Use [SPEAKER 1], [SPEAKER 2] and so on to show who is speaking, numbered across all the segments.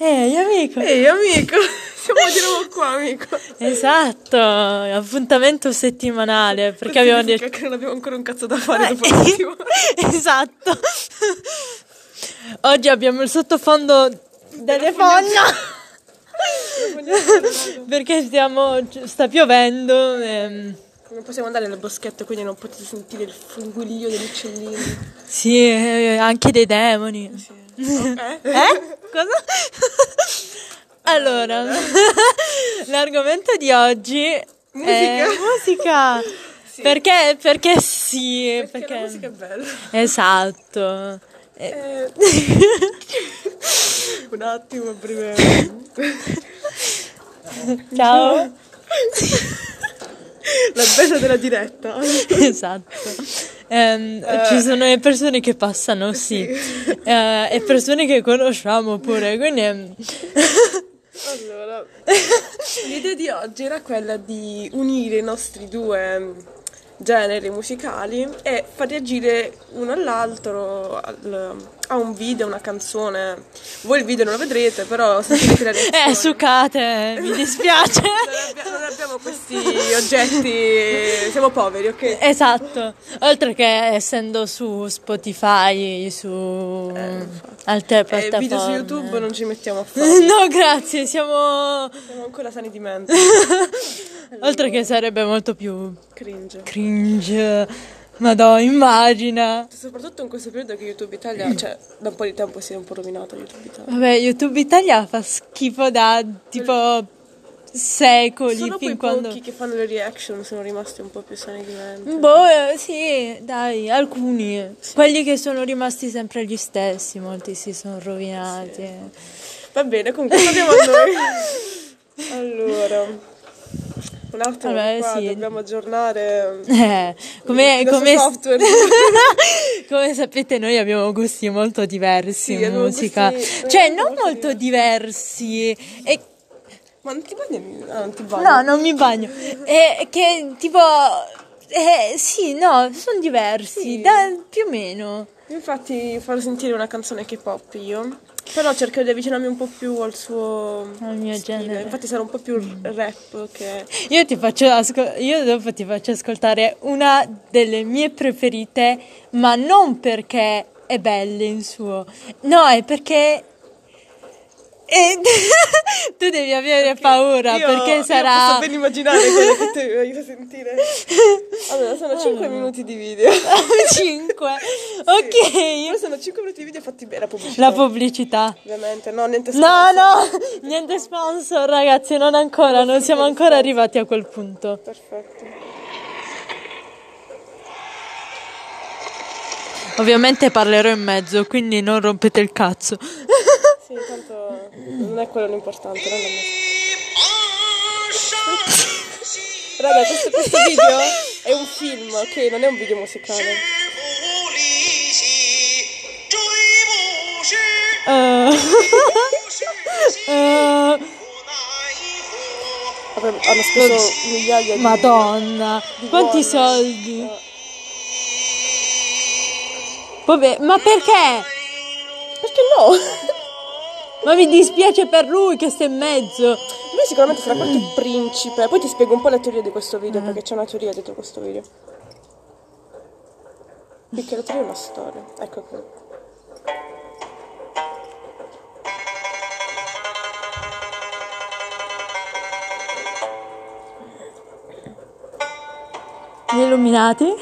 [SPEAKER 1] Ehi Eh, amico!
[SPEAKER 2] Ehi amico, siamo di nuovo qua amico.
[SPEAKER 1] Esatto, appuntamento settimanale, perché abbiamo detto...
[SPEAKER 2] Significa che non abbiamo ancora un cazzo da fare dopo
[SPEAKER 1] Eh,
[SPEAKER 2] l'ultimo.
[SPEAKER 1] esatto. Oggi abbiamo il sottofondo delle fogna perché stiamo, c- sta piovendo. ehm,
[SPEAKER 2] Non possiamo andare nel boschetto quindi non potete sentire il funguiglio degli uccellini.
[SPEAKER 1] sì, eh, anche dei demoni.
[SPEAKER 2] Eh?
[SPEAKER 1] Eh? Cosa? allora, l'argomento di oggi è musica.
[SPEAKER 2] Musica.
[SPEAKER 1] Perché, perché sì,
[SPEAKER 2] Perché, la musica è bella.
[SPEAKER 1] Esatto. Eh,
[SPEAKER 2] Eh, un attimo prima.
[SPEAKER 1] Ciao.
[SPEAKER 2] La bella della diretta.
[SPEAKER 1] esatto. Ehm,
[SPEAKER 2] Eh.
[SPEAKER 1] Ci sono le persone che passano, sì, Eh, e persone che conosciamo pure, quindi ehm,
[SPEAKER 2] Allora, l'idea di oggi era quella di unire i nostri due mm, generi musicali e far reagire uno all'altro al- a un video, a una canzone. Voi il video non lo vedrete, però sentirete la reazione.
[SPEAKER 1] eh, sucate, mi dispiace.
[SPEAKER 2] Non, abbia- non abbiamo questi oggetti, siamo poveri, ok?
[SPEAKER 1] Esatto, oltre che essendo su Spotify, su
[SPEAKER 2] Eh,
[SPEAKER 1] altre
[SPEAKER 2] E
[SPEAKER 1] piattaforme.
[SPEAKER 2] Eh, video su YouTube non ci mettiamo a fare,
[SPEAKER 1] No, grazie, siamo...
[SPEAKER 2] siamo ancora sani di mente.
[SPEAKER 1] Oltre che sarebbe molto più
[SPEAKER 2] Cringe.
[SPEAKER 1] cringe, madò, immagina.
[SPEAKER 2] Soprattutto in questo periodo che YouTube Italia, cioè da un po' di tempo si è un po' rovinato YouTube Italia.
[SPEAKER 1] Vabbè, YouTube Italia fa schifo da tipo secoli
[SPEAKER 2] Solo quei
[SPEAKER 1] fin quando.
[SPEAKER 2] pochi che fanno le reaction sono rimasti un po' più sani di mente.
[SPEAKER 1] Boh, eh, sì, dai, alcuni. Quelli che sono rimasti sempre gli stessi, molti si sono rovinati.
[SPEAKER 2] Va bene, comunque torniamo a noi. Allora, un attimo
[SPEAKER 1] Vabbè,
[SPEAKER 2] qua,
[SPEAKER 1] eh, sì.
[SPEAKER 2] dobbiamo aggiornare mm,
[SPEAKER 1] Eh, come,
[SPEAKER 2] il nostro
[SPEAKER 1] come-
[SPEAKER 2] software.
[SPEAKER 1] come sapete noi abbiamo gusti molto diversi
[SPEAKER 2] Sì,
[SPEAKER 1] in
[SPEAKER 2] abbiamo
[SPEAKER 1] musica.
[SPEAKER 2] gusti
[SPEAKER 1] cioè,
[SPEAKER 2] veramente
[SPEAKER 1] non
[SPEAKER 2] molto
[SPEAKER 1] molto diversi. E
[SPEAKER 2] Ma non ti bagni? Ah, non ti bagni.
[SPEAKER 1] No, non mi bagno. Eh, che tipo. eh, sì, no, sono diversi,
[SPEAKER 2] Sì.
[SPEAKER 1] da- più o meno.
[SPEAKER 2] Infatti farò sentire una canzone K-pop io. Però cercherò di avvicinarmi un po' più al suo
[SPEAKER 1] Al mio
[SPEAKER 2] stile.
[SPEAKER 1] genere.
[SPEAKER 2] Infatti sarà un po' più rap che
[SPEAKER 1] Io, ti faccio asco- io dopo ti faccio ascoltare una delle mie preferite, ma non perché è bella in suo, no, è perché. e- tu devi avere paura
[SPEAKER 2] Io-
[SPEAKER 1] perché
[SPEAKER 2] io
[SPEAKER 1] sarà.
[SPEAKER 2] posso ben immaginare quello che ti voglio sentire. Allora, sono 5 minuti di video.
[SPEAKER 1] 5. Ok,
[SPEAKER 2] Però sono 5 minuti di video fatti bene la pubblicità.
[SPEAKER 1] la pubblicità.
[SPEAKER 2] Ovviamente, no, niente
[SPEAKER 1] No, no, niente sponsor ragazzi, non ancora, non siamo ancora arrivati a quel punto.
[SPEAKER 2] Perfetto.
[SPEAKER 1] Ovviamente parlerò in mezzo, quindi non rompete il cazzo.
[SPEAKER 2] Sì, tanto non è quello l'importante. Non è... Raga, questo, questo video è un film, ok? Non è un video musicale.
[SPEAKER 3] 知无力兮，追不是，
[SPEAKER 1] Eh,
[SPEAKER 3] 不是兮，
[SPEAKER 1] eh,
[SPEAKER 3] 无奈何。
[SPEAKER 2] Vabbè, hanno speso migliaia di
[SPEAKER 1] Madonna, quanti soldi. Vabbè, ma perché?
[SPEAKER 2] Perché no?
[SPEAKER 1] Ma
[SPEAKER 2] Lui
[SPEAKER 1] mi dispiace per lui che sta in mezzo.
[SPEAKER 2] sicuramente sarà qualche principe. Poi ti spiego un po' la teoria di questo
[SPEAKER 1] Mm.
[SPEAKER 2] video, perché c'è una teoria dietro questo video. Perché la teoria è una storia. Ecco qui.
[SPEAKER 1] Gli illuminati?
[SPEAKER 2] Mi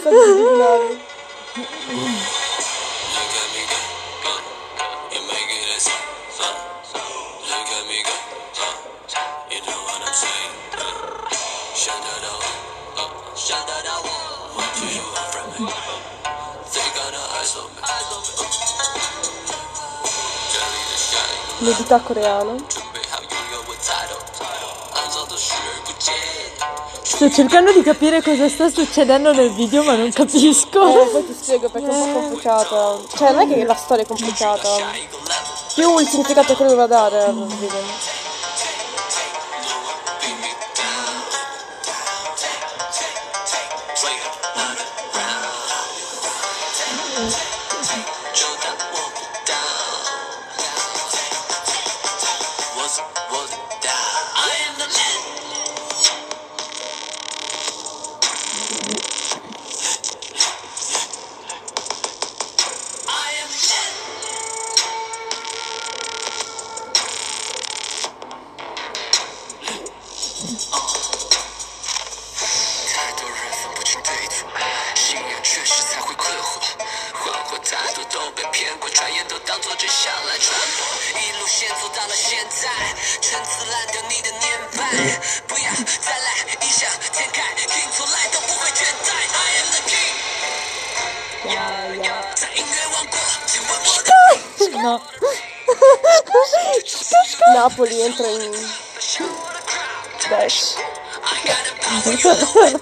[SPEAKER 2] sta divinando. L'identità coreana.
[SPEAKER 1] Sto cercando di capire cosa sta succedendo nel video, ma non capisco.
[SPEAKER 2] Eh, poi ti spiego perché è un po' complicata. Cioè, non è che la storia è complicata. Più il significato che lui va a dare eh, al video.
[SPEAKER 4] 都当作真相来传播，一路先走到了现在，陈词滥调你的年迈，不要再来，异想天开，听从来都不会倦怠，I am the king。在音乐王国，请问我的
[SPEAKER 1] No.
[SPEAKER 2] Napoli entra in Dash. Triangoli.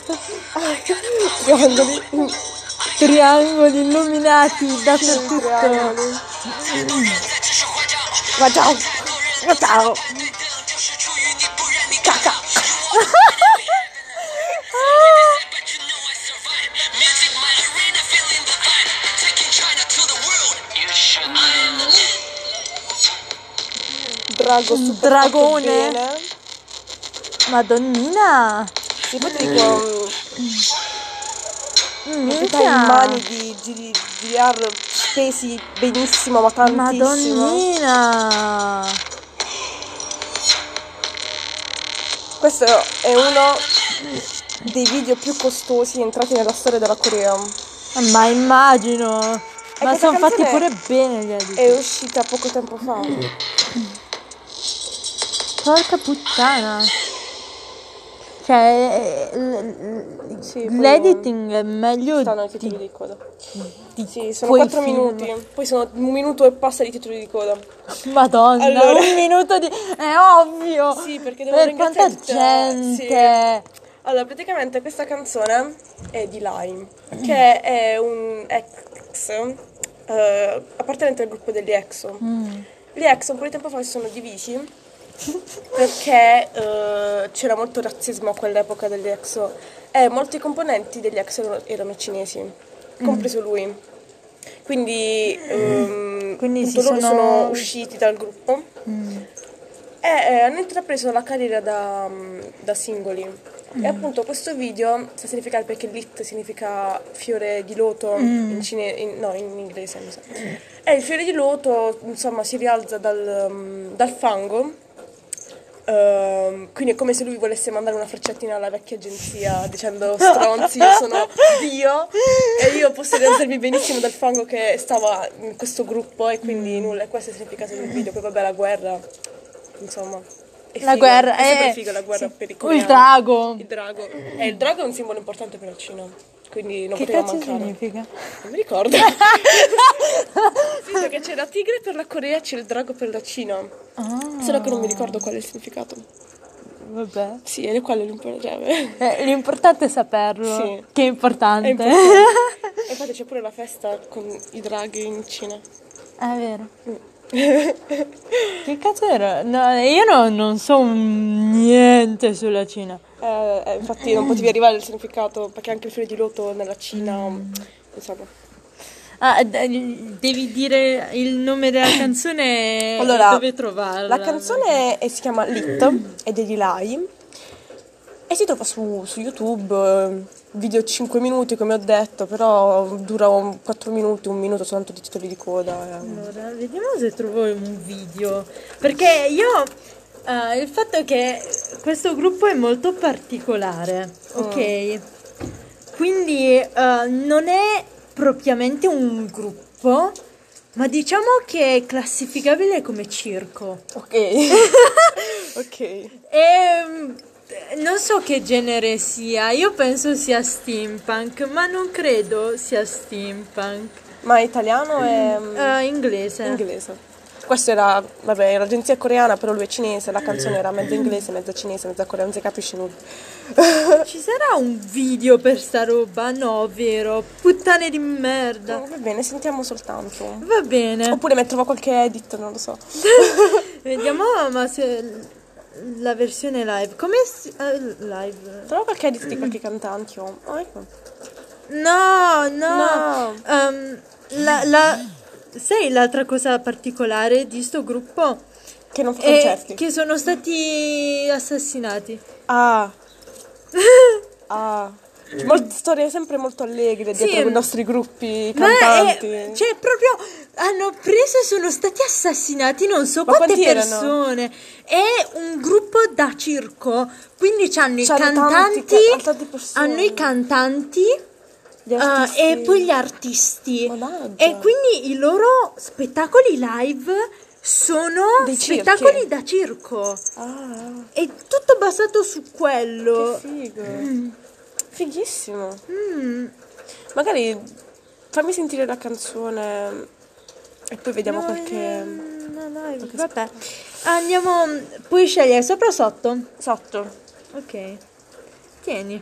[SPEAKER 1] Triangoli illuminati dappertutto.
[SPEAKER 2] Triangoli.
[SPEAKER 4] 太多人在指手画脚，
[SPEAKER 2] Ma ciao.
[SPEAKER 4] 太多人排
[SPEAKER 2] Ma ciao.
[SPEAKER 4] 队等，就是出于你不愿你看到。But you know I survive. Music my arena, feeling the vibe, taking China to the world. You should. I am the king.
[SPEAKER 2] Drago super
[SPEAKER 1] dragone.
[SPEAKER 2] fatto bene.
[SPEAKER 1] Madonnina!
[SPEAKER 2] Sì, metti qua un- Mm, dai, mm, in mani
[SPEAKER 1] Minchia!
[SPEAKER 2] di GDR spesi benissimo, ma tantissimo.
[SPEAKER 1] Madonnina!
[SPEAKER 2] Questo è uno dei video più costosi entrati nella storia della Corea.
[SPEAKER 1] Eh, Ma immagino! Ma
[SPEAKER 2] questa
[SPEAKER 1] sono fatti
[SPEAKER 2] canzone
[SPEAKER 1] pure bene gli editi.
[SPEAKER 2] È uscita poco tempo fa.
[SPEAKER 1] Porca puttana! Cioè, eh, l- l-
[SPEAKER 2] Sì, poi
[SPEAKER 1] l'editing è meglio
[SPEAKER 2] Stanno i
[SPEAKER 1] di,
[SPEAKER 2] titoli di coda.
[SPEAKER 1] di
[SPEAKER 2] Sì, sono
[SPEAKER 1] quei
[SPEAKER 2] 4
[SPEAKER 1] film.
[SPEAKER 2] minuti. Poi sono un minuto e passa di titoli di coda.
[SPEAKER 1] Madonna,
[SPEAKER 2] Allora-
[SPEAKER 1] un minuto di... È ovvio!
[SPEAKER 2] Sì, perché devo
[SPEAKER 1] Per quanta
[SPEAKER 2] ringraziare tutta- sì.
[SPEAKER 1] gente!
[SPEAKER 2] Allora, praticamente questa canzone è di Lime, che è un ex eh, appartenente al gruppo degli EXO.
[SPEAKER 1] Mm.
[SPEAKER 2] Gli EXO un po' di tempo fa si sono divisi perché eh, c'era molto razzismo a quell'epoca degli EXO e molti componenti degli EXO erano, erano cinesi,
[SPEAKER 1] Mm.
[SPEAKER 2] compreso lui. Quindi, ehm,
[SPEAKER 1] Quindi si
[SPEAKER 2] appunto, loro
[SPEAKER 1] sono- Mm.
[SPEAKER 2] sono usciti dal gruppo. E eh, hanno intrapreso la carriera da, mm, da singoli.
[SPEAKER 1] Mm.
[SPEAKER 2] E appunto questo video sta a significare perché lit significa fiore di loto
[SPEAKER 1] Mm.
[SPEAKER 2] in, cine- in- no, in inglese. Mi sa. E il fiore di loto insomma si rialza dal, mm, dal fango. Ehm, quindi è come se lui volesse mandare una frecciatina alla vecchia agenzia dicendo stronzi, io sono Dio e io posso rendermi benissimo dal fango che stava in questo gruppo e quindi
[SPEAKER 1] Mm.
[SPEAKER 2] nulla, questo è il significato del video, poi vabbè la guerra, insomma. è
[SPEAKER 1] La
[SPEAKER 2] figo,
[SPEAKER 1] guerra,
[SPEAKER 2] è
[SPEAKER 1] eh,
[SPEAKER 2] super figo la guerra
[SPEAKER 1] sì.
[SPEAKER 2] per i
[SPEAKER 1] Il
[SPEAKER 2] coreani.
[SPEAKER 1] drago.
[SPEAKER 2] Il drago. Eh, il drago è un simbolo importante per la Cina, quindi non
[SPEAKER 1] Che
[SPEAKER 2] poteva
[SPEAKER 1] cazzo
[SPEAKER 2] mancare.
[SPEAKER 1] significa?
[SPEAKER 2] Non mi ricordo. sì, perché c'è la tigre per la Corea, c'è il drago per la Cina. Solo che non mi ricordo qual è il significato.
[SPEAKER 1] Ah, Vabbè.
[SPEAKER 2] Sì, è quello l'importante.
[SPEAKER 1] Eh, l'importante è saperlo.
[SPEAKER 2] Sì.
[SPEAKER 1] Che è importante.
[SPEAKER 2] È importante. E infatti c'è pure la festa con i draghi in Cina.
[SPEAKER 1] Ah, È vero. che cazzo era? No, io no- non so niente sulla Cina.
[SPEAKER 2] Eh, eh, infatti non potevi arrivare al significato perché anche il fiore di loto nella Cina, insomma.
[SPEAKER 1] Ah, d- devi dire il nome della canzone e
[SPEAKER 2] Allora,
[SPEAKER 1] dove trovarla.
[SPEAKER 2] La canzone è- si chiama Lit, è degli Lai e si trova su, su YouTube, eh, video 5 minuti come ho detto, però dura 4 minuti, un minuto soltanto di titoli di coda. eh.
[SPEAKER 1] Allora, vediamo se trovo un video. Perché io. eh, il fatto è che questo gruppo è molto particolare, ok? Quindi eh, non è propriamente un gruppo, ma diciamo che è classificabile come circo.
[SPEAKER 2] Ok. ok.
[SPEAKER 1] E mm, non so che genere sia, io penso sia steampunk, ma non credo sia steampunk.
[SPEAKER 2] Ma italiano è mm,
[SPEAKER 1] Eh, inglese.
[SPEAKER 2] inglese. Questo era, vabbè, era l'agenzia coreana, però lui è cinese, la canzone era mezza inglese, mezza cinese, mezza coreana, non si capisce nulla.
[SPEAKER 1] Ci sarà un video per sta roba? No, vero? Puttane di merda.
[SPEAKER 2] Oh, Va bene, sentiamo soltanto.
[SPEAKER 1] Va bene.
[SPEAKER 2] Oppure mi trovo qualche edit, non lo so.
[SPEAKER 1] Vediamo ma se l- la versione live. Come si- eh, live?
[SPEAKER 2] Trovo qualche edit di qualche cantante. Oh, Oh, ecco.
[SPEAKER 1] No, no.
[SPEAKER 2] No.
[SPEAKER 1] Ehm, la, la- sai l'altra cosa particolare di sto gruppo?
[SPEAKER 2] Che non fa
[SPEAKER 1] È
[SPEAKER 2] concerti.
[SPEAKER 1] Eh, che sono stati assassinati.
[SPEAKER 2] Ah. ah. Molte storie sempre molto allegre
[SPEAKER 1] Sì. eh.
[SPEAKER 2] dietro i nostri gruppi
[SPEAKER 1] Ma è,
[SPEAKER 2] cantanti.
[SPEAKER 1] cioè, proprio hanno preso e sono stati assassinati non so
[SPEAKER 2] Ma
[SPEAKER 1] quante
[SPEAKER 2] quanti erano?
[SPEAKER 1] persone. È un gruppo da circo, quindi c'hanno i
[SPEAKER 2] C'hanno tanti
[SPEAKER 1] cantanti,
[SPEAKER 2] ca- tante persone.
[SPEAKER 1] hanno i cantanti Gli
[SPEAKER 5] Ah,
[SPEAKER 1] artisti.
[SPEAKER 5] e poi gli artisti.
[SPEAKER 1] Mannaggia.
[SPEAKER 5] E quindi i loro spettacoli live sono
[SPEAKER 1] Dei circhi.
[SPEAKER 5] spettacoli da circo.
[SPEAKER 2] Ah,
[SPEAKER 5] È tutto basato su quello.
[SPEAKER 2] che figo. Fighissimo. Magari fammi sentire la canzone e poi vediamo
[SPEAKER 5] No,
[SPEAKER 2] qualche...
[SPEAKER 5] no, no, no, vabbè. Andiamo, puoi scegliere sopra o sotto?
[SPEAKER 2] Sotto.
[SPEAKER 5] Ok. Tieni.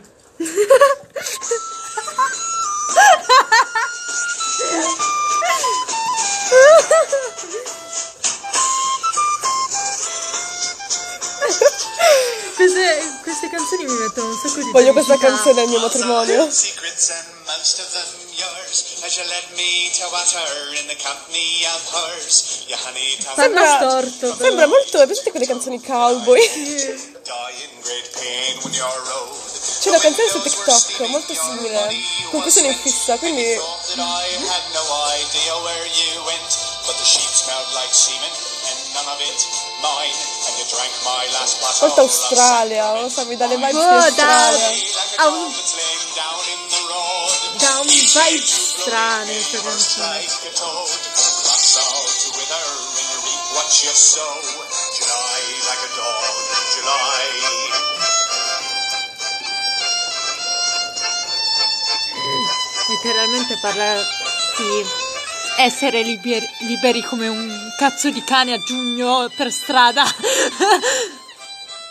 [SPEAKER 1] Queste, queste canzoni mi mettono un sacco di
[SPEAKER 2] Voglio questa
[SPEAKER 1] felicità.
[SPEAKER 2] canzone al
[SPEAKER 3] Ah.
[SPEAKER 2] mio matrimonio.
[SPEAKER 3] Secrets and most of them yours, as you led me to water in the company of whores. You honey
[SPEAKER 1] Sembra
[SPEAKER 2] Sembra-
[SPEAKER 1] storto. però.
[SPEAKER 2] Sembra molto... Mi piaciute quelle canzoni cowboy?
[SPEAKER 3] die in great pain when you're old.
[SPEAKER 2] C'è una canzone su TikTok molto simile, con cui sono in fissa, quindi
[SPEAKER 3] Thought that I had no idea where you went, but the sheep smelled like semen and none of it mine. And you drank my last glass
[SPEAKER 2] molto
[SPEAKER 3] of
[SPEAKER 2] Australia, non so, mi dà le vibes di
[SPEAKER 5] Boh, dai.
[SPEAKER 2] Australia.
[SPEAKER 3] Like a
[SPEAKER 5] Au-
[SPEAKER 3] dog that's lain down in the road.
[SPEAKER 5] Da un vibe strano questa
[SPEAKER 3] Or
[SPEAKER 5] canzone.
[SPEAKER 3] strike a toad. Rock salt to wither and reap what you sow. July like a dog, July.
[SPEAKER 1] Letteralmente parla di essere liber- liberi come un cazzo di cane a giugno per strada.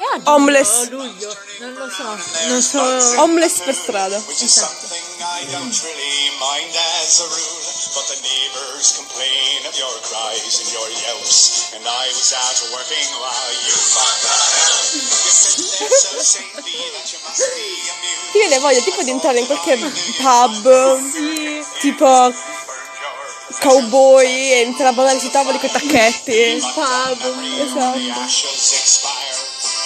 [SPEAKER 1] È a giugno
[SPEAKER 2] Homeless.
[SPEAKER 1] o luglio? Non lo so. Non so.
[SPEAKER 2] Homeless per strada.
[SPEAKER 3] Which is something I don't really mind as a rule, but the neighbors complain of your cries and your yelps, and I was out working while you found out. You sit there so saintly that you must be amused.
[SPEAKER 2] Io ne voglio tipo di entrare in qualche pub, tipo
[SPEAKER 3] Burn your
[SPEAKER 2] cowboy, e intrabalare sui tavoli con i tacchetti.
[SPEAKER 5] Pub.
[SPEAKER 3] The
[SPEAKER 2] Esatto.
[SPEAKER 3] ashes expire.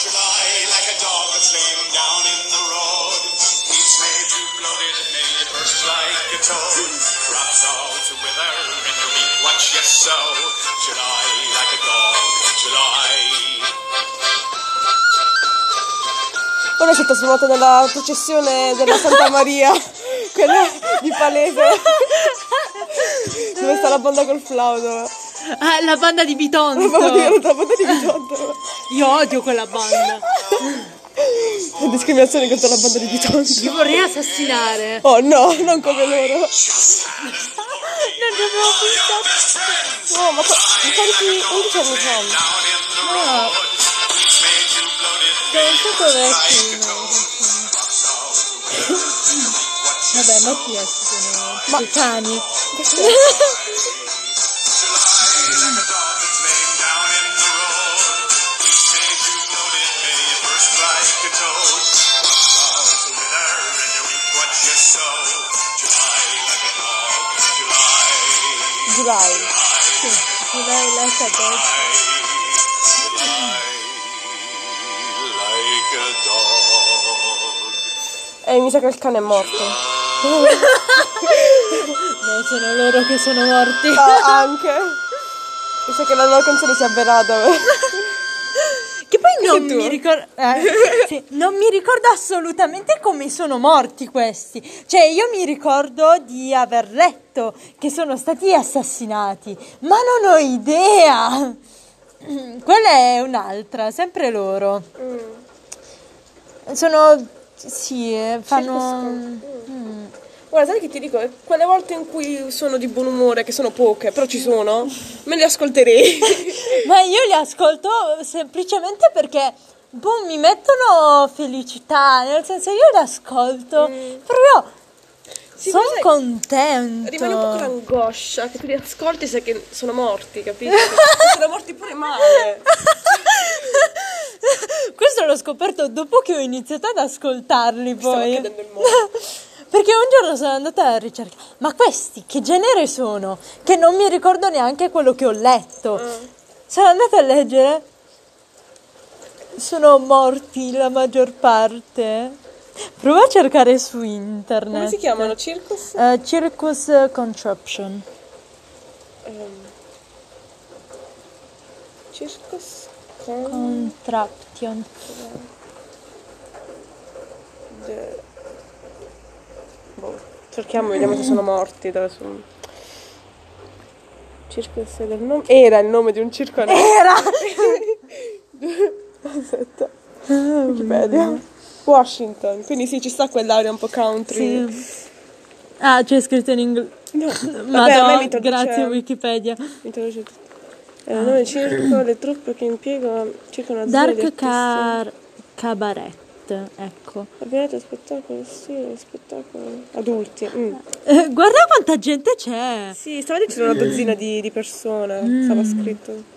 [SPEAKER 3] July, like a dog that's laying down in the road. He's made you bloated, neighbors like a toad. Crops all to wither and you reap what you sow. July, like a dog, July.
[SPEAKER 2] Ora si è trasformato nella processione della Santa Maria, quella di Palese. Dove sta la banda col flauto.
[SPEAKER 1] Ah, la banda di
[SPEAKER 2] La banda
[SPEAKER 1] Bitonto.
[SPEAKER 2] di, la banda di Bitonto.
[SPEAKER 1] Io odio quella banda.
[SPEAKER 2] La discriminazione contro la banda di Bitonto.
[SPEAKER 1] Li vorrei assassinare.
[SPEAKER 2] Oh no, non come loro.
[SPEAKER 1] Non ci avevo pensato.
[SPEAKER 2] No, ma qua- mi pare che 11 anni fa.
[SPEAKER 3] Down in the road. He's made you bloated,
[SPEAKER 1] Non so com'è
[SPEAKER 3] like a
[SPEAKER 1] che-
[SPEAKER 3] toad. Crops all to
[SPEAKER 1] Vabbè, ma chi è? Sono dei cani. ecco,
[SPEAKER 2] July. E Eh, mi sa che il cane è morto.
[SPEAKER 1] No, sono loro che sono morti.
[SPEAKER 2] Ah, anche. Mi sa che la loro canzone si è avverata.
[SPEAKER 1] Che poi non
[SPEAKER 2] tu?
[SPEAKER 1] mi, ricor- eh, sì, non mi ricordo assolutamente come sono morti questi. Cioè, io mi ricordo di aver letto che sono stati assassinati, ma non ho idea. Mm, Quella è un'altra, sempre loro. Sono. Sì, eh, fanno.
[SPEAKER 2] Guarda, sai che ti dico? Quelle volte in cui sono di buon umore, che sono poche, però ci sono, me le ascolterei.
[SPEAKER 1] Ma io li ascolto semplicemente perché boh, mi mettono felicità, nel senso io li ascolto, però sono
[SPEAKER 2] però Mm. sai-
[SPEAKER 1] contento.
[SPEAKER 2] Rimane un po' con l'angoscia che tu li ascolti e sai che sono morti, capito? E sono morti pure male.
[SPEAKER 1] Questo l'ho scoperto dopo che ho iniziato ad ascoltarli
[SPEAKER 2] Stavo
[SPEAKER 1] poi.
[SPEAKER 2] chiedendo il mondo.
[SPEAKER 1] Perché un giorno sono andata a ricerca, ma questi che genere sono? Che non mi ricordo neanche quello che ho letto.
[SPEAKER 2] Mm.
[SPEAKER 1] Sono andata a leggere. Sono morti la maggior parte. Prova a cercare su internet.
[SPEAKER 2] Come si chiamano? Circus?
[SPEAKER 1] Eh, Circus Contraption.
[SPEAKER 2] Ehm, Circus con
[SPEAKER 1] Contraption.
[SPEAKER 2] the... Boh. Cerchiamo, vediamo se sono morti. Dove sono. Circo del Sole, il nome- Era il nome di un circo.
[SPEAKER 5] Era!
[SPEAKER 1] Ah,
[SPEAKER 2] Aspetta. Wikipedia. Washington. Quindi sì, ci sta quell'area un po' country.
[SPEAKER 1] Ah, c'è scritto in inglese.
[SPEAKER 2] Vabbè, a me mi
[SPEAKER 1] Madonna,
[SPEAKER 2] traduce-
[SPEAKER 1] grazie Wikipedia.
[SPEAKER 2] Mi traduce tutto. Era il nome del circo, le truppe che impiegano circa una zona di
[SPEAKER 1] Dark
[SPEAKER 2] artisti.
[SPEAKER 1] Car Cabaret, ecco.
[SPEAKER 2] Abbiate spettacolo, sì, spettacolo. Adulti. mm.
[SPEAKER 1] Eh, Guarda quanta gente c'è!
[SPEAKER 2] Sì, stava dicendo una dozzina di, di persone,
[SPEAKER 1] Mm.
[SPEAKER 2] stava scritto.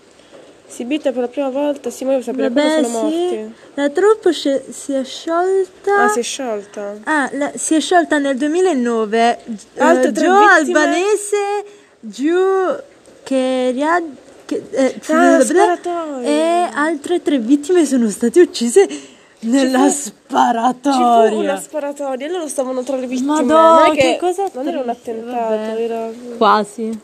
[SPEAKER 2] Sibita per la prima volta, si muove per sapere
[SPEAKER 1] Vabbè,
[SPEAKER 2] quando sono
[SPEAKER 1] sì.
[SPEAKER 2] morti.
[SPEAKER 1] La troupe sce- si è sciolta.
[SPEAKER 2] Ah, si è sciolta.
[SPEAKER 1] Ah, la- si è sciolta nel 2009. G-
[SPEAKER 2] Altre
[SPEAKER 1] eh,
[SPEAKER 2] tre
[SPEAKER 1] Gio
[SPEAKER 2] vittime.
[SPEAKER 1] Albanese, Gio Cheria, che, eh,
[SPEAKER 2] Ah,
[SPEAKER 1] bla-
[SPEAKER 2] sparatoria.
[SPEAKER 1] e altre tre vittime sono state uccise nella
[SPEAKER 2] Ci fu una
[SPEAKER 1] sparatoria.
[SPEAKER 2] sparatoria, e loro stavano tra le vittime.
[SPEAKER 1] Madonna,
[SPEAKER 2] non è
[SPEAKER 1] che cosa
[SPEAKER 2] Non era un
[SPEAKER 1] triste,
[SPEAKER 2] attentato,
[SPEAKER 1] vabbè.
[SPEAKER 2] era...
[SPEAKER 1] Quasi.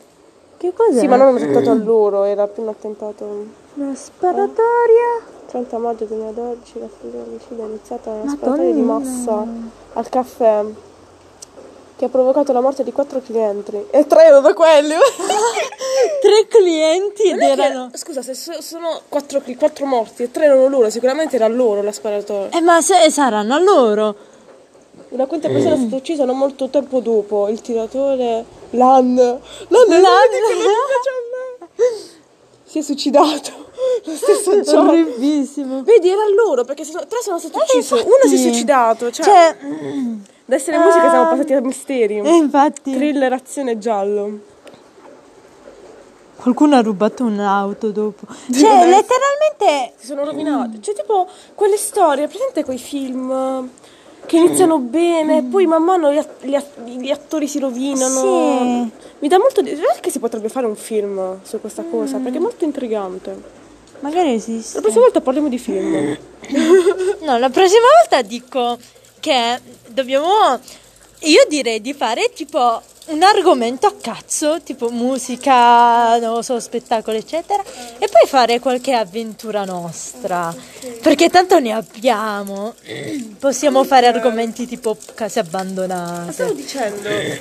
[SPEAKER 1] Che cos'è?
[SPEAKER 2] Sì, ma non un attentato a loro, era più un attentato...
[SPEAKER 1] Una sparatoria.
[SPEAKER 2] 30 maggio 2012, la fuga omicida è iniziata una sparatoria di massa al caffè che ha provocato la morte di quattro clienti. E tre erano quelli!
[SPEAKER 1] Tre clienti ed erano.
[SPEAKER 2] Scusa, se so- sono quattro, cli- quattro morti e tre erano loro, sicuramente era loro la sparatoria.
[SPEAKER 1] Eh, ma se- saranno loro.
[SPEAKER 2] Una quinta persona è stata uccisa non molto tempo dopo. Il tiratore Lan. Lan, Lan, Lan, si è suicidato lo stesso giorno.
[SPEAKER 1] Orribissimo.
[SPEAKER 2] Vedi, era loro, perché sono- tre sono stati uccisi, uno si è suicidato. Eh, Cioè, Eh,
[SPEAKER 1] Cioè,
[SPEAKER 2] da essere musica siamo passati a misteri.
[SPEAKER 1] e infatti,
[SPEAKER 2] Thriller azione giallo.
[SPEAKER 1] qualcuno ha rubato un'auto dopo. Cioè, letteralmente.
[SPEAKER 2] Si sono rovinati. Cioè, tipo, quelle storie, presente quei film eh, che iniziano bene, poi man mano gli, at- gli at- gli attori si rovinano. Mi dà molto. di- Guarda che si potrebbe fare un film su questa cosa, perché è molto intrigante.
[SPEAKER 1] Magari
[SPEAKER 2] La
[SPEAKER 1] esiste.
[SPEAKER 2] prossima volta parliamo di film.
[SPEAKER 1] No, la prossima volta dico che dobbiamo. Io direi di fare tipo un argomento a cazzo, tipo musica, non lo so, spettacolo, eccetera, e poi fare qualche avventura nostra. Perché tanto ne abbiamo. Possiamo fare argomenti tipo case abbandonate.
[SPEAKER 2] dicendo.
[SPEAKER 1] Eh.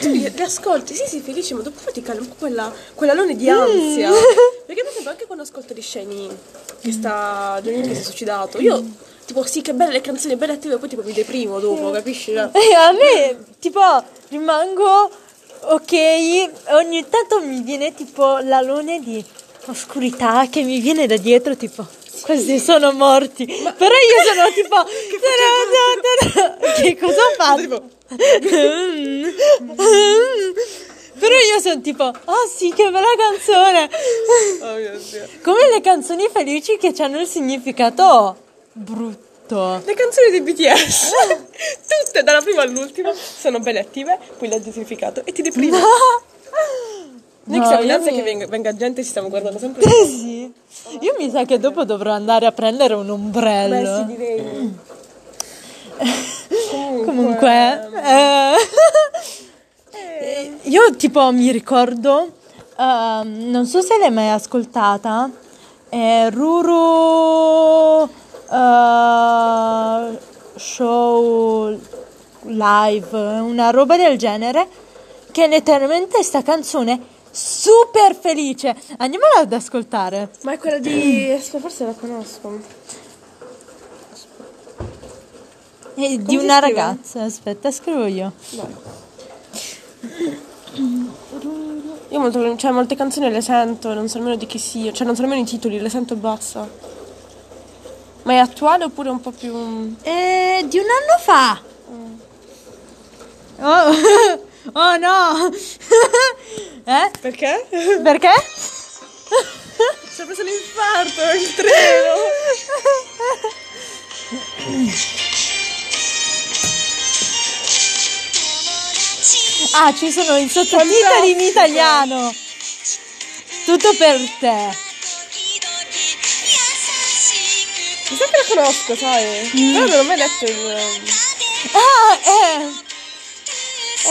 [SPEAKER 2] Tu li, li ascolti, sì, sì, felice, ma dopo poi ti cala un po' quella, quell'alone
[SPEAKER 1] Mm.
[SPEAKER 2] di ansia. Perché per esempio anche quando ascolto di Shani che sta Johnny che si è suicidato, io
[SPEAKER 1] Mm.
[SPEAKER 2] tipo sì che belle le canzoni, belle attive, poi tipo mi deprimo
[SPEAKER 1] Mm.
[SPEAKER 2] dopo, capisci? Cioè,
[SPEAKER 1] E a me, tipo, rimango ok, ogni tanto mi viene tipo l'alone di oscurità che mi viene da dietro, tipo, questi sono morti. Però io sono tipo, "Tara, tara, tara". che cosa ho fatto? Però io sono tipo, oh sì, che bella canzone.
[SPEAKER 2] Oh mio Dio.
[SPEAKER 1] Come le canzoni felici che hanno il significato brutto.
[SPEAKER 2] Le canzoni di BTS,
[SPEAKER 1] Ah.
[SPEAKER 2] tutte dalla prima all'ultima, sono belle attive, poi le ha giustificato e ti deprimi. Noi
[SPEAKER 1] No,
[SPEAKER 2] siamo in
[SPEAKER 1] io
[SPEAKER 2] ansia
[SPEAKER 1] mi-
[SPEAKER 2] che venga, venga gente e ci stiamo guardando sempre.
[SPEAKER 1] Eh sì. Io mi sa che dopo dovrò andare a prendere un
[SPEAKER 2] Beh,
[SPEAKER 1] ombrello.
[SPEAKER 2] sì, direi.
[SPEAKER 1] Mm. Comunque, eh, io tipo mi ricordo, ehm, non so se l'hai mai ascoltata, è Ruru eh, Show Live, una roba del genere, che letteralmente sta canzone super felice. Andiamola ad ascoltare.
[SPEAKER 2] Ma è quella di... aspetta, forse la conosco.
[SPEAKER 1] Eh, di
[SPEAKER 2] si
[SPEAKER 1] una
[SPEAKER 2] scrive?
[SPEAKER 1] ragazza, aspetta, scrivo io.
[SPEAKER 2] Io molto- cioè, molte canzoni le sento, non so nemmeno di chi sia, cioè non so nemmeno i titoli, le sento e basta. Ma è attuale oppure un po' più.
[SPEAKER 1] Eh, di un anno fa. Mm. Oh, oh no. eh?
[SPEAKER 2] Perché?
[SPEAKER 1] Perché?
[SPEAKER 2] Ci ho preso l'infarto, il treno!
[SPEAKER 1] Ah, ci sono i sottotitoli in italiano. Tutto per te.
[SPEAKER 2] Mi sa che la conosco, sai? Però non ho mai letto il. Oh
[SPEAKER 1] Ah, eh.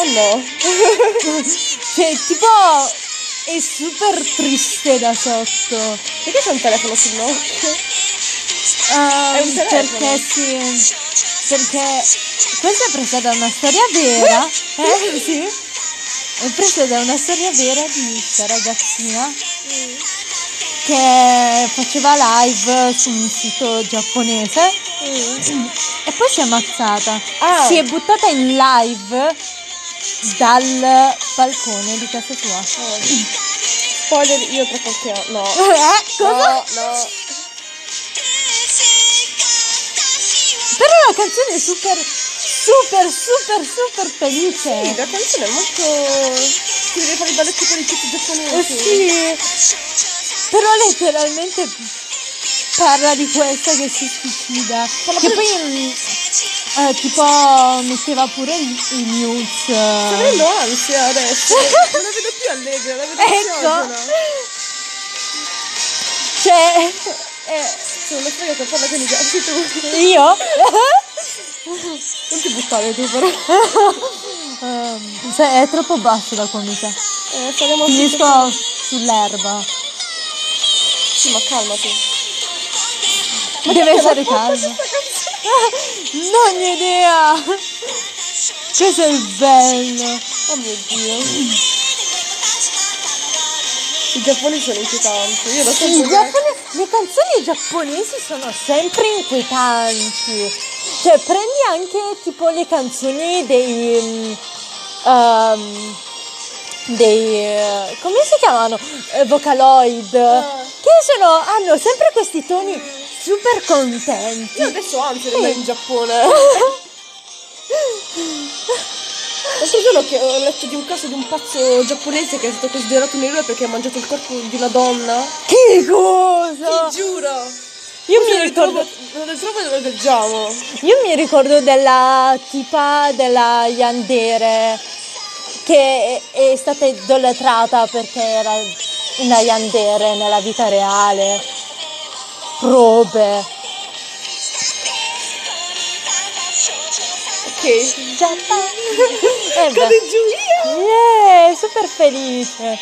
[SPEAKER 2] no!
[SPEAKER 1] Cioè, tipo è super triste da sotto.
[SPEAKER 2] Perché c'è un telefono sul nostro?
[SPEAKER 1] Ehm,
[SPEAKER 2] un telefono.
[SPEAKER 1] perché sì, perché Questa è presa da una storia vera. Eh, sì. È presa da una storia vera di questa ragazzina che faceva live su un sito giapponese e poi si è ammazzata.
[SPEAKER 5] Ah.
[SPEAKER 1] Si è buttata in live dal balcone di casa sua.
[SPEAKER 2] Spoiler, Eh. io tra qualche anno. No.
[SPEAKER 1] Eh, cosa?
[SPEAKER 2] No, no.
[SPEAKER 1] Però è una canzone super, super, super, super felice.
[SPEAKER 2] Sì, la canzone è molto. Si deve fare il balletto con i tipi
[SPEAKER 1] Eh
[SPEAKER 2] giapponesi.
[SPEAKER 1] sì. Però letteralmente parla di questa che si suicida. Che poi mm, eh, tipo metteva pure il, il news.
[SPEAKER 2] Sto
[SPEAKER 1] eh.
[SPEAKER 2] avendo ansia adesso. non la vedo più allegra, la vedo
[SPEAKER 1] Ecco.
[SPEAKER 2] ansiosa.
[SPEAKER 1] Cioè, eh,
[SPEAKER 2] Sono una storia che parla con i gatti tu. Non
[SPEAKER 1] io?
[SPEAKER 2] ti buttare tu però.
[SPEAKER 1] Ehm, cioè, è troppo basso la comica.
[SPEAKER 2] Eh, saremo
[SPEAKER 1] Finisco sull'erba.
[SPEAKER 2] Sì, ma calmati. Oh,
[SPEAKER 1] Deve stare calmo. Non ho idea. Questo è il bello.
[SPEAKER 2] Oh mio dio. I giapponesi sono inquietanti. Io lo so.
[SPEAKER 1] I giappone- le canzoni giapponesi sono sempre inquietanti. Cioè, prendi anche tipo le canzoni dei. mm, ehm, dei. eh, come si chiamano? Eh, Vocaloid. Che sono, hanno sempre questi toni super contenti.
[SPEAKER 2] Io adesso ho ansia di andare in Giappone. L'altro giorno che ho letto di un caso di un pazzo giapponese che è stato considerato un eroe perché ha mangiato il corpo di una donna.
[SPEAKER 1] Che cosa!
[SPEAKER 2] Ti giuro!
[SPEAKER 1] Io
[SPEAKER 2] Se
[SPEAKER 1] mi
[SPEAKER 2] lo
[SPEAKER 1] ricordo.
[SPEAKER 2] ritrovo, non lo trovo e lo leggiamo.
[SPEAKER 1] Io mi ricordo della tipa della Yandere che è è stata idolatrata perché era una Yandere nella vita reale. Robe.
[SPEAKER 2] Ok.
[SPEAKER 1] Eh beh.
[SPEAKER 2] Cade giù io!
[SPEAKER 1] Yeah, super felice.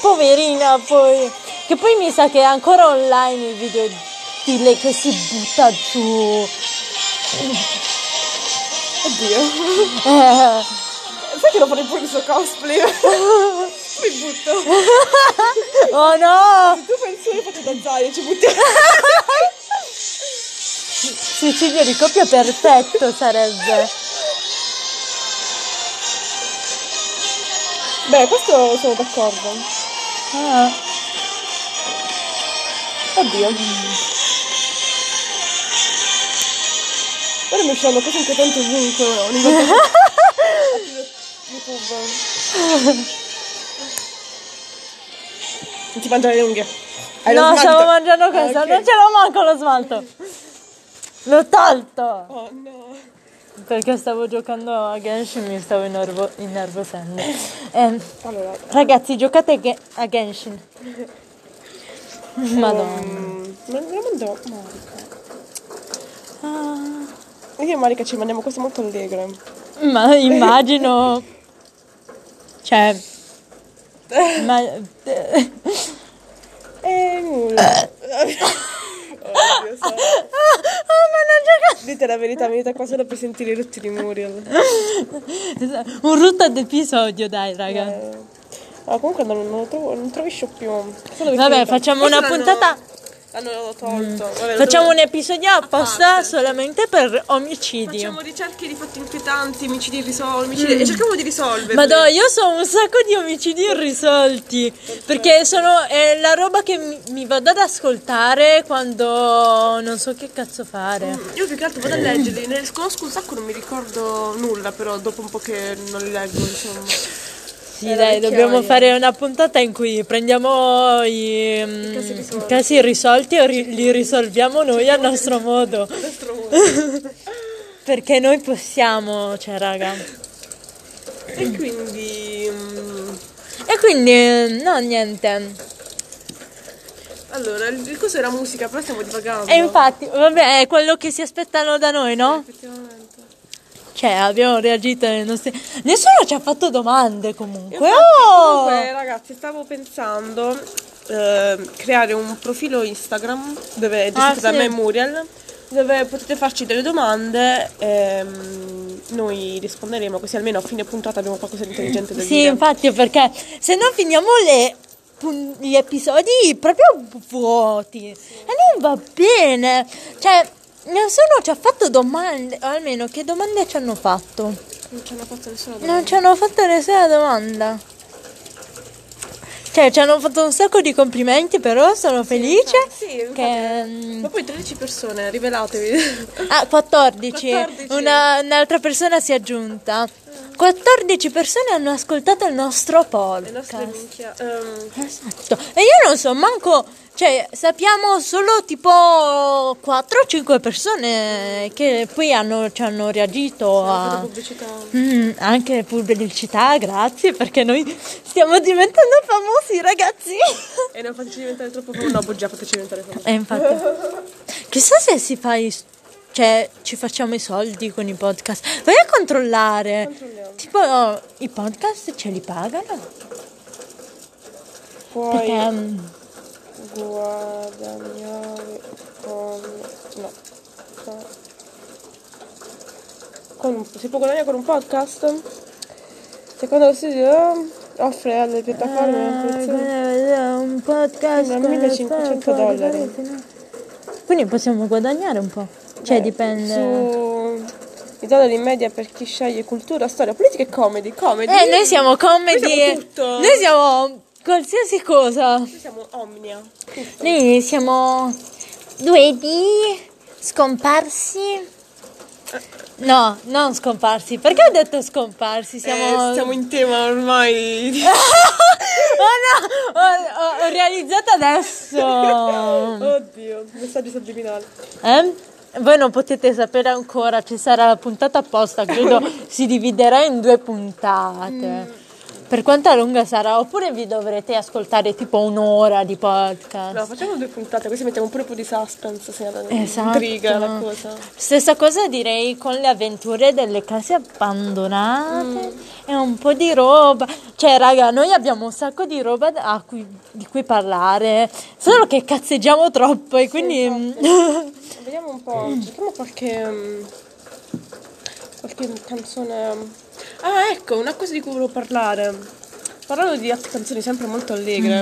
[SPEAKER 1] Poverina poi. Che poi mi sa che è ancora online il video di lei che si butta giù.
[SPEAKER 2] Oddio.
[SPEAKER 1] Eh.
[SPEAKER 2] Sai che lo farei pure il suo cosplay? Mi butto.
[SPEAKER 1] Oh no!
[SPEAKER 2] Tu pensi che faccio da Zaya, ci buttiamo.
[SPEAKER 1] Suicidio di coppia perfetto sarebbe.
[SPEAKER 2] Beh, questo sono d'accordo.
[SPEAKER 1] Ah,
[SPEAKER 2] Oddio. Ora mi usciranno cose inquietanti ovunque, ogni volta che attivo YouTube. Non ti mangiare le unghie. Hai lo
[SPEAKER 1] no,
[SPEAKER 2] smalto.
[SPEAKER 1] stavo mangiando questo,
[SPEAKER 2] Ah, ok.
[SPEAKER 1] non ce l'ho manco lo smalto. L'ho tolto!
[SPEAKER 2] Oh no.
[SPEAKER 1] Perché stavo giocando a Genshin mi stavo innervo- innervosendo. Ehm,
[SPEAKER 2] Allora,
[SPEAKER 1] ragazzi, giocate ge- a Genshin. Madonna.
[SPEAKER 2] mm, non me lo mando Marica.
[SPEAKER 1] Ah.
[SPEAKER 2] Io e Marica ci mandiamo cose molto allegre.
[SPEAKER 1] Ma immagino. Cioè. Ma.
[SPEAKER 2] E Eh, nulla. Oddio, so.
[SPEAKER 1] Ah, oh, ma non giocate!
[SPEAKER 2] Dite la verità, mi dite qua solo per sentire i rotti di Muriel.
[SPEAKER 1] Un rutto d'episodio, dai, raga.
[SPEAKER 2] Eh, ah, comunque non, non lo trovo, non trovisco più. Solo
[SPEAKER 1] Vabbè,
[SPEAKER 2] perché-
[SPEAKER 1] facciamo
[SPEAKER 2] Forse
[SPEAKER 1] una
[SPEAKER 2] l'hanno-
[SPEAKER 1] puntata. Mm.
[SPEAKER 2] L'hanno tolto. Vabbè, lo
[SPEAKER 1] Facciamo
[SPEAKER 2] trovo-
[SPEAKER 1] un episodio apposta solamente per omicidi.
[SPEAKER 2] Facciamo ricerche di fatti inquietanti, omicidi irrisolti.
[SPEAKER 1] Mm.
[SPEAKER 2] E cerchiamo di risolverli.
[SPEAKER 1] Madò, io so un sacco di omicidi irrisolti. Perché sono è la roba che mi, mi vado ad ascoltare quando non so che cazzo fare.
[SPEAKER 2] Io più che altro vado a leggerli, ne conosco un sacco, non mi ricordo nulla, però dopo un po' che non li leggo, insomma.
[SPEAKER 1] Sì, dai, dobbiamo fare una puntata in cui prendiamo i, mm,
[SPEAKER 2] casi risolti.
[SPEAKER 1] casi irrisolti e ri- li risolviamo noi a nostro modo. Perché noi possiamo, cioè, raga.
[SPEAKER 2] E quindi... mm,
[SPEAKER 1] E quindi, no, niente.
[SPEAKER 2] allora, il il coso era musica, però stiamo divagando.
[SPEAKER 1] E infatti, vabbè, è quello che si aspettano da noi, no?
[SPEAKER 2] Effettivamente.
[SPEAKER 1] Cioè, abbiamo reagito alle nostre... Nessuno ci ha fatto domande, comunque.
[SPEAKER 2] Infatti,
[SPEAKER 1] Oh!
[SPEAKER 2] Esatto, Comunque, ragazzi, stavo pensando ehm, eh, creare un profilo Instagram dove è gestito
[SPEAKER 1] Ah,
[SPEAKER 2] da
[SPEAKER 1] sì.
[SPEAKER 2] me Muriel dove potete farci delle domande ehm, noi risponderemo così almeno a fine puntata abbiamo qualcosa di intelligente da
[SPEAKER 1] Sì,
[SPEAKER 2] dire.
[SPEAKER 1] infatti, perché se no finiamo le pun- gli episodi proprio vuoti. E non va bene. Cioè, nessuno ci ha fatto domande, o almeno che domande ci hanno fatto?
[SPEAKER 2] Non ci hanno fatto nessuna domanda.
[SPEAKER 1] Non ci hanno fatto nessuna domanda. Cioè, ci hanno fatto un sacco di complimenti, però sono felice
[SPEAKER 2] infatti, sì, infatti.
[SPEAKER 1] che... mm,
[SPEAKER 2] Ma poi 13 persone, rivelatevi.
[SPEAKER 1] Ah, 14.
[SPEAKER 2] 14.
[SPEAKER 1] Una- un'altra persona si è aggiunta. 14 persone hanno ascoltato il nostro
[SPEAKER 2] Le
[SPEAKER 1] podcast.
[SPEAKER 2] nostre minchia. ehm,
[SPEAKER 1] Esatto. E io non so manco, cioè, sappiamo solo tipo 4 o 5 persone che poi hanno, ci hanno reagito
[SPEAKER 2] la
[SPEAKER 1] a...
[SPEAKER 2] pubblicità.
[SPEAKER 1] Mm, anche pubblicità, grazie, perché noi stiamo diventando famosi, ragazzi.
[SPEAKER 2] E non fateci diventare troppo famosi. No, bugia, fateci diventare famosi.
[SPEAKER 1] E Eh, infatti, chissà se si fa i- cioè, ci facciamo i soldi con i podcast. Vai a controllare.
[SPEAKER 2] Controlliamo.
[SPEAKER 1] Tipo, oh, i podcast ce li pagano?
[SPEAKER 2] Puoi
[SPEAKER 1] Perché... mm,
[SPEAKER 2] guadagnare con. No. Con- Con, si può guadagnare con un podcast? Secondo lo studio offre alle piattaforme una funzione.
[SPEAKER 1] eh, un podcast
[SPEAKER 2] Sembra 1500 dollari.
[SPEAKER 1] Quindi possiamo guadagnare un po'. Cioè,
[SPEAKER 2] Eh,
[SPEAKER 1] dipende.
[SPEAKER 2] Su i dollari in media per chi sceglie cultura, storia, politica e comedy. Comedy.
[SPEAKER 1] Eh, noi siamo comedy.
[SPEAKER 2] Noi siamo tutto.
[SPEAKER 1] Noi siamo qualsiasi cosa.
[SPEAKER 2] Noi siamo omnia. Tutto.
[SPEAKER 1] Noi siamo due di scomparsi. No, non scomparsi. Perché ho detto scomparsi? Siamo. Eh.
[SPEAKER 2] Eh, siamo in tema ormai.
[SPEAKER 1] Oh no! Ho, ho- ho realizzato adesso.
[SPEAKER 2] Oddio, messaggio subliminale.
[SPEAKER 1] Eh? Voi non potete sapere ancora, ci sarà la puntata apposta, credo si dividerà in due
[SPEAKER 2] Mm.
[SPEAKER 1] puntate. Per quanto lunga sarà? Oppure vi dovrete ascoltare tipo un'ora di podcast.
[SPEAKER 2] No, facciamo due puntate, così mettiamo pure un po' di suspense, se non
[SPEAKER 1] Esatto.
[SPEAKER 2] intriga la cosa.
[SPEAKER 1] Stessa cosa direi con le avventure delle case abbandonate e un po' di roba. Cioè, raga, noi abbiamo un sacco di roba da- a cui- di cui parlare, solo che cazzeggiamo troppo e quindi... mm,
[SPEAKER 2] Vediamo un po', cerchiamo qualche mm, qualche canzone. Ah, ecco, una cosa di cui volevo parlare. Parlavo di app- canzoni sempre molto allegre.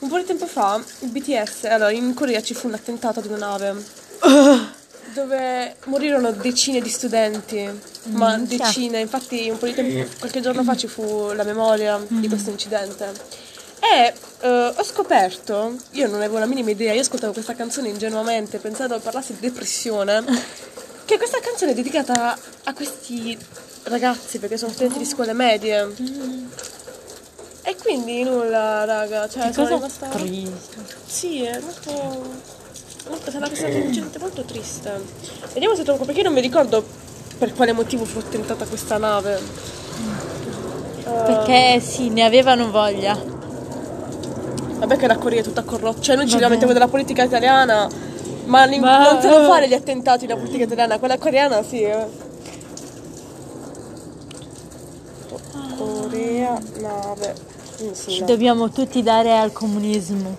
[SPEAKER 2] Un po' di tempo fa il BTS, allora in Corea ci fu un attentato ad una nave dove morirono decine di studenti, ma decine, infatti un po' di tempo, qualche giorno fa ci fu la memoria di questo incidente. E eh, ho scoperto, io non avevo la minima idea, io ascoltavo questa canzone ingenuamente pensando parlasse di depressione, che questa canzone è dedicata a questi ragazzi perché sono studenti di scuole medie. E quindi nulla, raga, cioè sono
[SPEAKER 1] cosa
[SPEAKER 2] rimasta...
[SPEAKER 1] triste.
[SPEAKER 2] Sì, è molto. molto è una cosa incidente molto triste. Vediamo se trovo. Perché io non mi ricordo per quale motivo fu tentata questa nave.
[SPEAKER 1] Perché sì, ne avevano voglia.
[SPEAKER 2] Vabbè che la Corea è tutta corrotta. Cioè noi ci
[SPEAKER 1] Vabbè.
[SPEAKER 2] lamentiamo della politica italiana. Ma, li-
[SPEAKER 1] Ma- eh.
[SPEAKER 2] non se lo fare gli attentati la politica italiana, quella coreana sì. eh. Corea nave. Mm, sì,
[SPEAKER 1] Ci
[SPEAKER 2] no.
[SPEAKER 1] dobbiamo tutti dare al comunismo.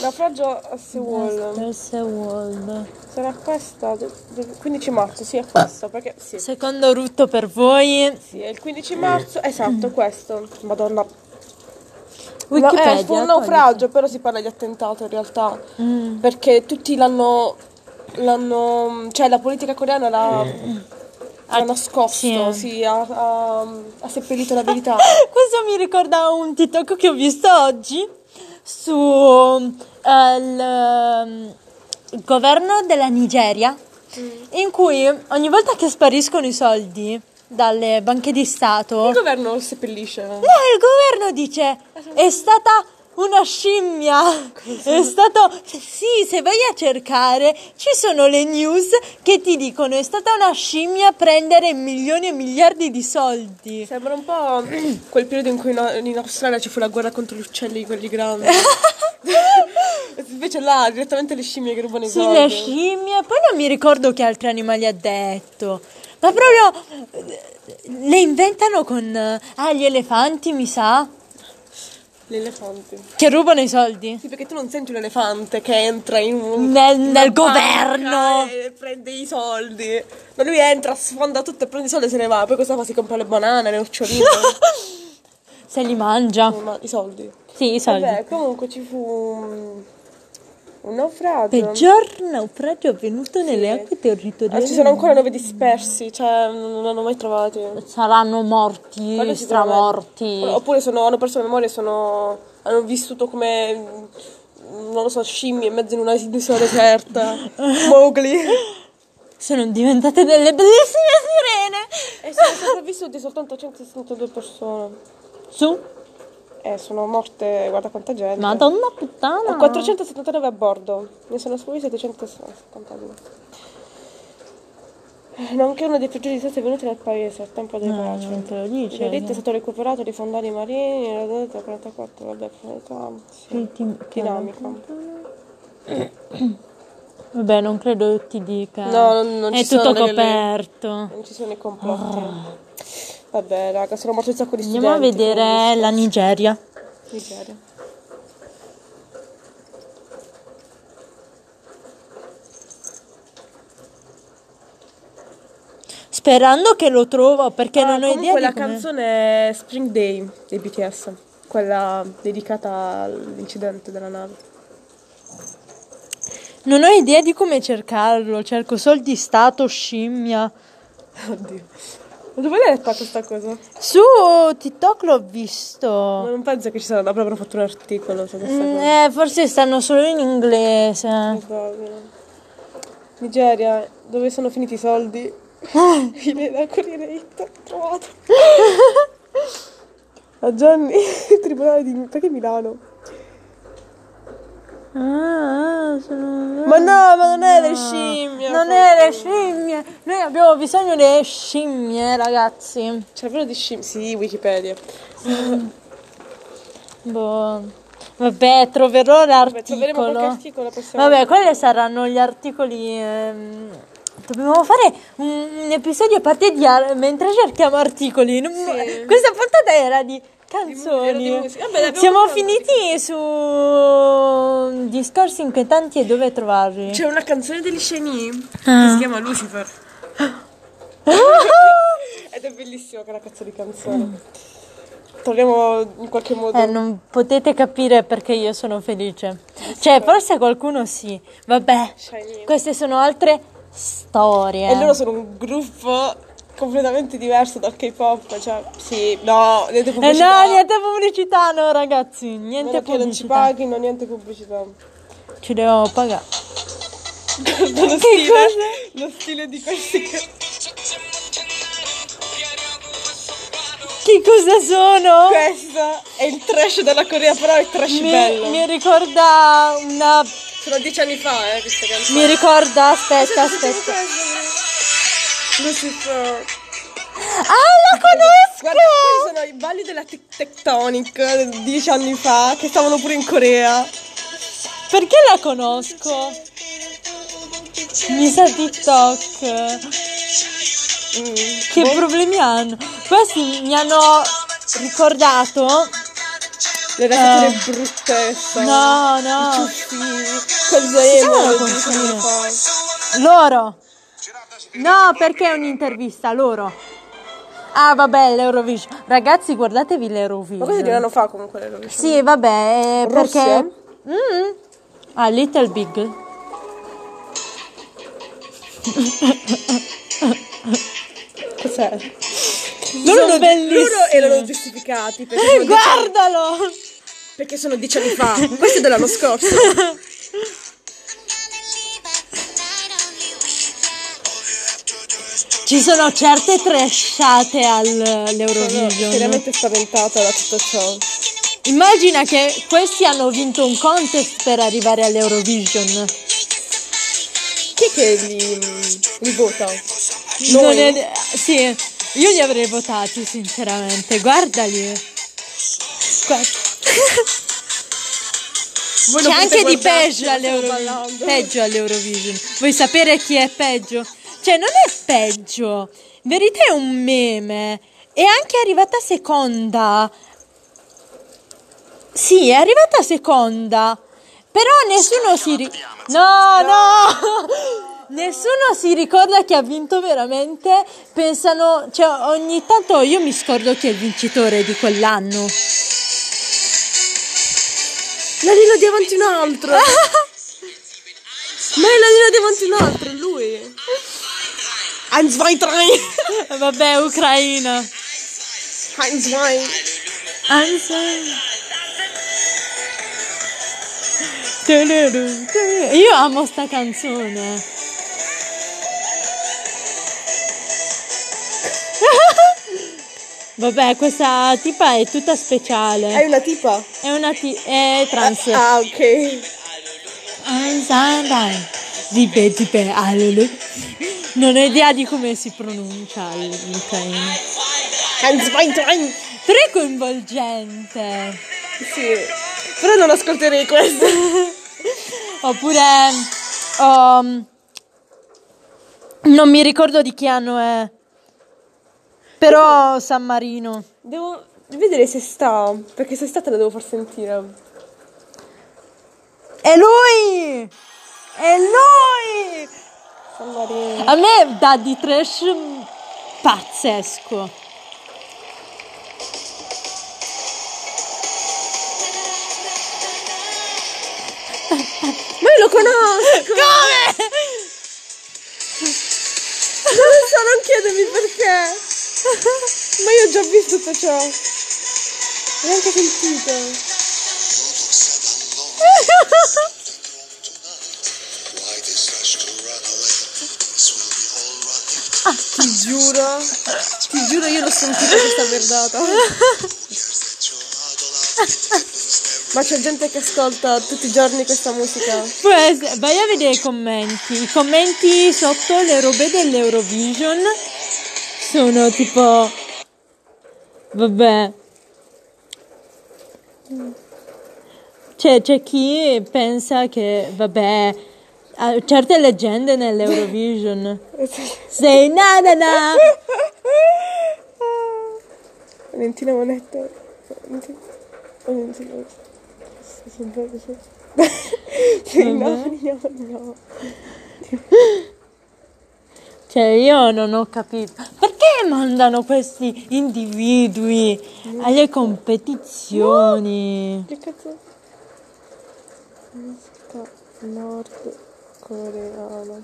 [SPEAKER 2] Naufragio a Sewall.
[SPEAKER 1] Terza world.
[SPEAKER 2] Sarà questa? del- del 15 marzo, sì, è questa. Perché sì.
[SPEAKER 1] Secondo rutto per voi,
[SPEAKER 2] Sì, è il 15 marzo, esatto, questo. Madonna.
[SPEAKER 1] Wikipedia.
[SPEAKER 2] No, eh, fu un
[SPEAKER 1] poi-
[SPEAKER 2] naufragio, però si parla di attentato in realtà.
[SPEAKER 1] Mm.
[SPEAKER 2] Perché tutti l'hanno. l'hanno. cioè la politica coreana l'ha. l'ha nascosto,
[SPEAKER 1] Ah, sì.
[SPEAKER 2] sì, ha, ha- ha seppellito la verità.
[SPEAKER 1] Questo mi ricorda un TikTok che ho visto oggi su eh, il, ehm, il governo della Nigeria, in cui ogni volta che spariscono i soldi dalle banche di Stato,
[SPEAKER 2] Il governo lo seppellisce.
[SPEAKER 1] No, il governo dice è stata una scimmia. È stato Sì, se vai a cercare ci sono le news che ti dicono è stata una scimmia a prendere milioni e miliardi di soldi.
[SPEAKER 2] Sembra un po' quel periodo in cui in- in Australia ci fu la guerra contro gli uccelli, quelli grandi. Invece là, direttamente le scimmie che rubano i
[SPEAKER 1] Sì,
[SPEAKER 2] soldi.
[SPEAKER 1] le scimmie, poi non mi ricordo che altri animali ha detto. Ma proprio eh, le inventano con eh, ah, gli elefanti, mi sa.
[SPEAKER 2] L'elefante.
[SPEAKER 1] Che rubano i soldi.
[SPEAKER 2] Sì, perché tu non senti un elefante che entra in un...
[SPEAKER 1] Nel-
[SPEAKER 2] una
[SPEAKER 1] nel
[SPEAKER 2] banca
[SPEAKER 1] governo.
[SPEAKER 2] E prende i soldi. Ma lui entra, sfonda tutto e prende i soldi e se ne va. Poi cosa fa? Si compra le banane, le noccioline,
[SPEAKER 1] Se li mangia.
[SPEAKER 2] insomma, i soldi.
[SPEAKER 1] Sì, i soldi.
[SPEAKER 2] Vabbè, comunque ci fu un, un naufragio.
[SPEAKER 1] Peggior naufragio avvenuto nelle acque
[SPEAKER 2] Ah,
[SPEAKER 1] territoriali.
[SPEAKER 2] ci sono ancora nove dispersi, cioè non l'hanno mai trovati.
[SPEAKER 1] Saranno morti,
[SPEAKER 2] Quello
[SPEAKER 1] stramorti.
[SPEAKER 2] sicuramente. Oppure sono- hanno perso la memoria, sono, hanno vissuto come, mm, non lo so, scimmie in mezzo in una isola deserta. Mowgli.
[SPEAKER 1] Sono diventate delle bellissime sirene.
[SPEAKER 2] E sono sopravvissuti soltanto 162 persone.
[SPEAKER 1] Su,
[SPEAKER 2] Eh, sono morte, guarda quanta gente.
[SPEAKER 1] madonna puttana.
[SPEAKER 2] 479 a bordo, ne sono sfuggiti 772. Eh, Nonché uno dei peggiori disastri venuti nel paese al tempo dei pace.
[SPEAKER 1] non te lo
[SPEAKER 2] Il
[SPEAKER 1] dice.
[SPEAKER 2] relitto è stato recuperato dai fondali marini, era data 44, vabbè, finalità sì, dinamica. No,
[SPEAKER 1] Vabbè, non credo ti dica.
[SPEAKER 2] non, non
[SPEAKER 1] È
[SPEAKER 2] ci
[SPEAKER 1] tutto
[SPEAKER 2] sono delle-
[SPEAKER 1] coperto.
[SPEAKER 2] Non ci sono i complotti. Vabbè, raga, sono morti un sacco di
[SPEAKER 1] Ah. Andiamo a
[SPEAKER 2] studenti.
[SPEAKER 1] vedere la Nigeria.
[SPEAKER 2] Nigeria.
[SPEAKER 1] Sperando che lo trovo perché
[SPEAKER 2] Ah,
[SPEAKER 1] non ho idea
[SPEAKER 2] comunque
[SPEAKER 1] di
[SPEAKER 2] la
[SPEAKER 1] come-
[SPEAKER 2] canzone è Spring Day dei BTS, quella dedicata all'incidente della nave.
[SPEAKER 1] Non ho idea di come cercarlo. Cerco soldi stato, scimmia.
[SPEAKER 2] Oddio. Ma dove l'hai letta questa cosa?
[SPEAKER 1] Su TikTok l'ho visto.
[SPEAKER 2] Ma non penso che ci sarà, avrebbero fatto un articolo su questa
[SPEAKER 1] Mm,
[SPEAKER 2] cosa.
[SPEAKER 1] eh, forse stanno solo in inglese. Ah,
[SPEAKER 2] Probabile. Nigeria, dove sono finiti i soldi?
[SPEAKER 1] Ah.
[SPEAKER 2] Fine da Corriere Hit, trovato. A Gianni, il tribunale di... perché Milano?
[SPEAKER 1] Ah, ah, sono-
[SPEAKER 2] Ma no, ma non è le
[SPEAKER 1] No,
[SPEAKER 2] scimmie!
[SPEAKER 1] Non
[SPEAKER 2] forse.
[SPEAKER 1] è le scimmie. Noi abbiamo bisogno delle scimmie, ragazzi.
[SPEAKER 2] C'è quello Cioè, di scimmie? Sì, Wikipedia.
[SPEAKER 1] Boh. Vabbè, troverò
[SPEAKER 2] Vabbè,
[SPEAKER 1] l'articolo.
[SPEAKER 2] troveremo qualche articolo, possiamo...
[SPEAKER 1] Vabbè, quelli saranno gli articoli. ehm, Dobbiamo fare un, un episodio a parte di ar- mentre cerchiamo articoli. Non-
[SPEAKER 2] Sì.
[SPEAKER 1] Questa puntata era di
[SPEAKER 2] Era
[SPEAKER 1] canzoni.
[SPEAKER 2] di musica. Vabbè, l'abbiamo
[SPEAKER 1] Siamo
[SPEAKER 2] fatto.
[SPEAKER 1] finiti su discorsi inquietanti e dove trovarli.
[SPEAKER 2] C'è una canzone degli Sceni
[SPEAKER 1] Ah.
[SPEAKER 2] che si chiama Lucifer. Ed è bellissima quella cazzo di canzone. Torniamo in qualche modo.
[SPEAKER 1] Eh, non potete capire perché io sono felice. Cioè, forse qualcuno sì. Vabbè,
[SPEAKER 2] Shiny.
[SPEAKER 1] queste sono altre storie. Eh,
[SPEAKER 2] E loro sono un gruppo completamente diverso dal K-pop. Cioè, sì, no, niente
[SPEAKER 1] Eh
[SPEAKER 2] pubblicità.
[SPEAKER 1] no, niente pubblicità, no ragazzi,
[SPEAKER 2] A
[SPEAKER 1] niente
[SPEAKER 2] meno che non ci
[SPEAKER 1] pubblicità.
[SPEAKER 2] paghino, niente pubblicità.
[SPEAKER 1] Ci devo pagare.
[SPEAKER 2] Guarda lo stile, lo stile di questi ca-
[SPEAKER 1] Che cosa sono?
[SPEAKER 2] Questo è il trash della Corea, però è trash bello.
[SPEAKER 1] Mi, mi ricorda una.
[SPEAKER 2] Sono dieci anni fa, eh, queste canzoni.
[SPEAKER 1] Mi ricorda, aspetta, aspetta.
[SPEAKER 2] Lucifer.
[SPEAKER 1] Ah, la conosco!
[SPEAKER 2] Guarda, questi sono i balli della Tic- Tectonic dieci anni fa, che stavano pure in Corea.
[SPEAKER 1] Perché la conosco? Mi sa TikTok. Che problemi hanno? Questi mi hanno ricordato.
[SPEAKER 2] Le ragazze brutte
[SPEAKER 1] No,
[SPEAKER 2] stavano.
[SPEAKER 1] no.
[SPEAKER 2] Quel
[SPEAKER 1] Facciamo la
[SPEAKER 2] boemo dieci
[SPEAKER 1] canzone.
[SPEAKER 2] anni fa.
[SPEAKER 1] Loro. No, perché è un'intervista, loro. Ah, vabbè, l'Eurovision. Ragazzi, guardatevi l'Eurovision.
[SPEAKER 2] Ma questo è di un anno fa comunque le loro.
[SPEAKER 1] Sì, vabbè, eh,
[SPEAKER 2] Russia?
[SPEAKER 1] perché... Mm. Ah, Little Big.
[SPEAKER 2] Cos'è?
[SPEAKER 1] Loro
[SPEAKER 2] Sono Eh,
[SPEAKER 1] bellissimi. Eh,
[SPEAKER 2] Loro erano giustificati perché sono, dieci,
[SPEAKER 1] Guardalo!
[SPEAKER 2] perché sono dieci anni fa. Questo è dell'anno scorso.
[SPEAKER 1] Ci sono certe trashate al-
[SPEAKER 2] Sono
[SPEAKER 1] all'Eurovision.
[SPEAKER 2] seriamente spaventata da tutto ciò.
[SPEAKER 1] Immagina che questi hanno vinto un contest per arrivare all'Eurovision.
[SPEAKER 2] Chi è che li, mm, li vota?
[SPEAKER 1] Non
[SPEAKER 2] Noi?
[SPEAKER 1] è- sì, io li avrei votati sinceramente, guardali. Guarda.
[SPEAKER 2] Voi
[SPEAKER 1] C'è
[SPEAKER 2] non
[SPEAKER 1] anche
[SPEAKER 2] potete
[SPEAKER 1] di
[SPEAKER 2] guardarci,
[SPEAKER 1] peggio
[SPEAKER 2] ma stiamo
[SPEAKER 1] all'Eurovision.
[SPEAKER 2] ballando.
[SPEAKER 1] Peggio all'Eurovision. Vuoi sapere chi è peggio? Cioè, non è peggio. Verità è un meme. È anche arrivata seconda. Sì, è arrivata seconda, però nessuno si... ri- no, no! Nessuno si ricorda chi ha vinto veramente, pensano, cioè ogni tanto io mi scordo chi è il vincitore di quell'anno.
[SPEAKER 2] La Lina di avanti un altro! Ma è la Lina di avanti un altro, è lui! Heinz Weintrain!
[SPEAKER 1] Vabbè, Ucraina.
[SPEAKER 2] Heinz Wein!
[SPEAKER 1] Anzi. Io amo sta canzone. Vabbè, questa tipa è tutta speciale.
[SPEAKER 2] una tipa?
[SPEAKER 1] È una ti- è trans.
[SPEAKER 2] Ah, ok.
[SPEAKER 1] Dibe, dibe, alulu. Non ho idea di come si pronuncia il- l'ucraino.
[SPEAKER 2] Heinz Weintrain!
[SPEAKER 1] Però è coinvolgente.
[SPEAKER 2] Sì, però non ascolterei questo.
[SPEAKER 1] Oppure um, non mi ricordo di che anno è. Però San Marino.
[SPEAKER 2] Devo vedere se sta, perché se sta te la devo far sentire.
[SPEAKER 1] È lui! È lui!
[SPEAKER 2] San Marino.
[SPEAKER 1] A me dà di trash pazzesco.
[SPEAKER 2] Ma io lo conosco!
[SPEAKER 1] Come?
[SPEAKER 2] Non lo so, non chiedermi perché! Ma io ho già visto tutto ciò. Non ho neanche sentito.
[SPEAKER 3] Why they such to run away? This will be all
[SPEAKER 2] Ah,
[SPEAKER 3] right.
[SPEAKER 2] Ti giuro, ti giuro io l'ho sentita questa verdata.
[SPEAKER 3] Here's that your huddle up. Please never
[SPEAKER 2] Ma c'è gente che ascolta tutti i giorni questa musica.
[SPEAKER 1] Può essere- Vai a vedere i commenti. I commenti sotto le robe dell'Eurovision sono tipo. Vabbè. Cioè, c'è chi pensa che, vabbè, ha certe leggende nell'Eurovision. Sei nanana!
[SPEAKER 2] Ah. Valentina Monetta. Valentina. Valentina. No, no, no.
[SPEAKER 1] Cioè, io non ho capito. Perché mandano questi individui alle competizioni?
[SPEAKER 2] Che cazzo? Musica nord coreana.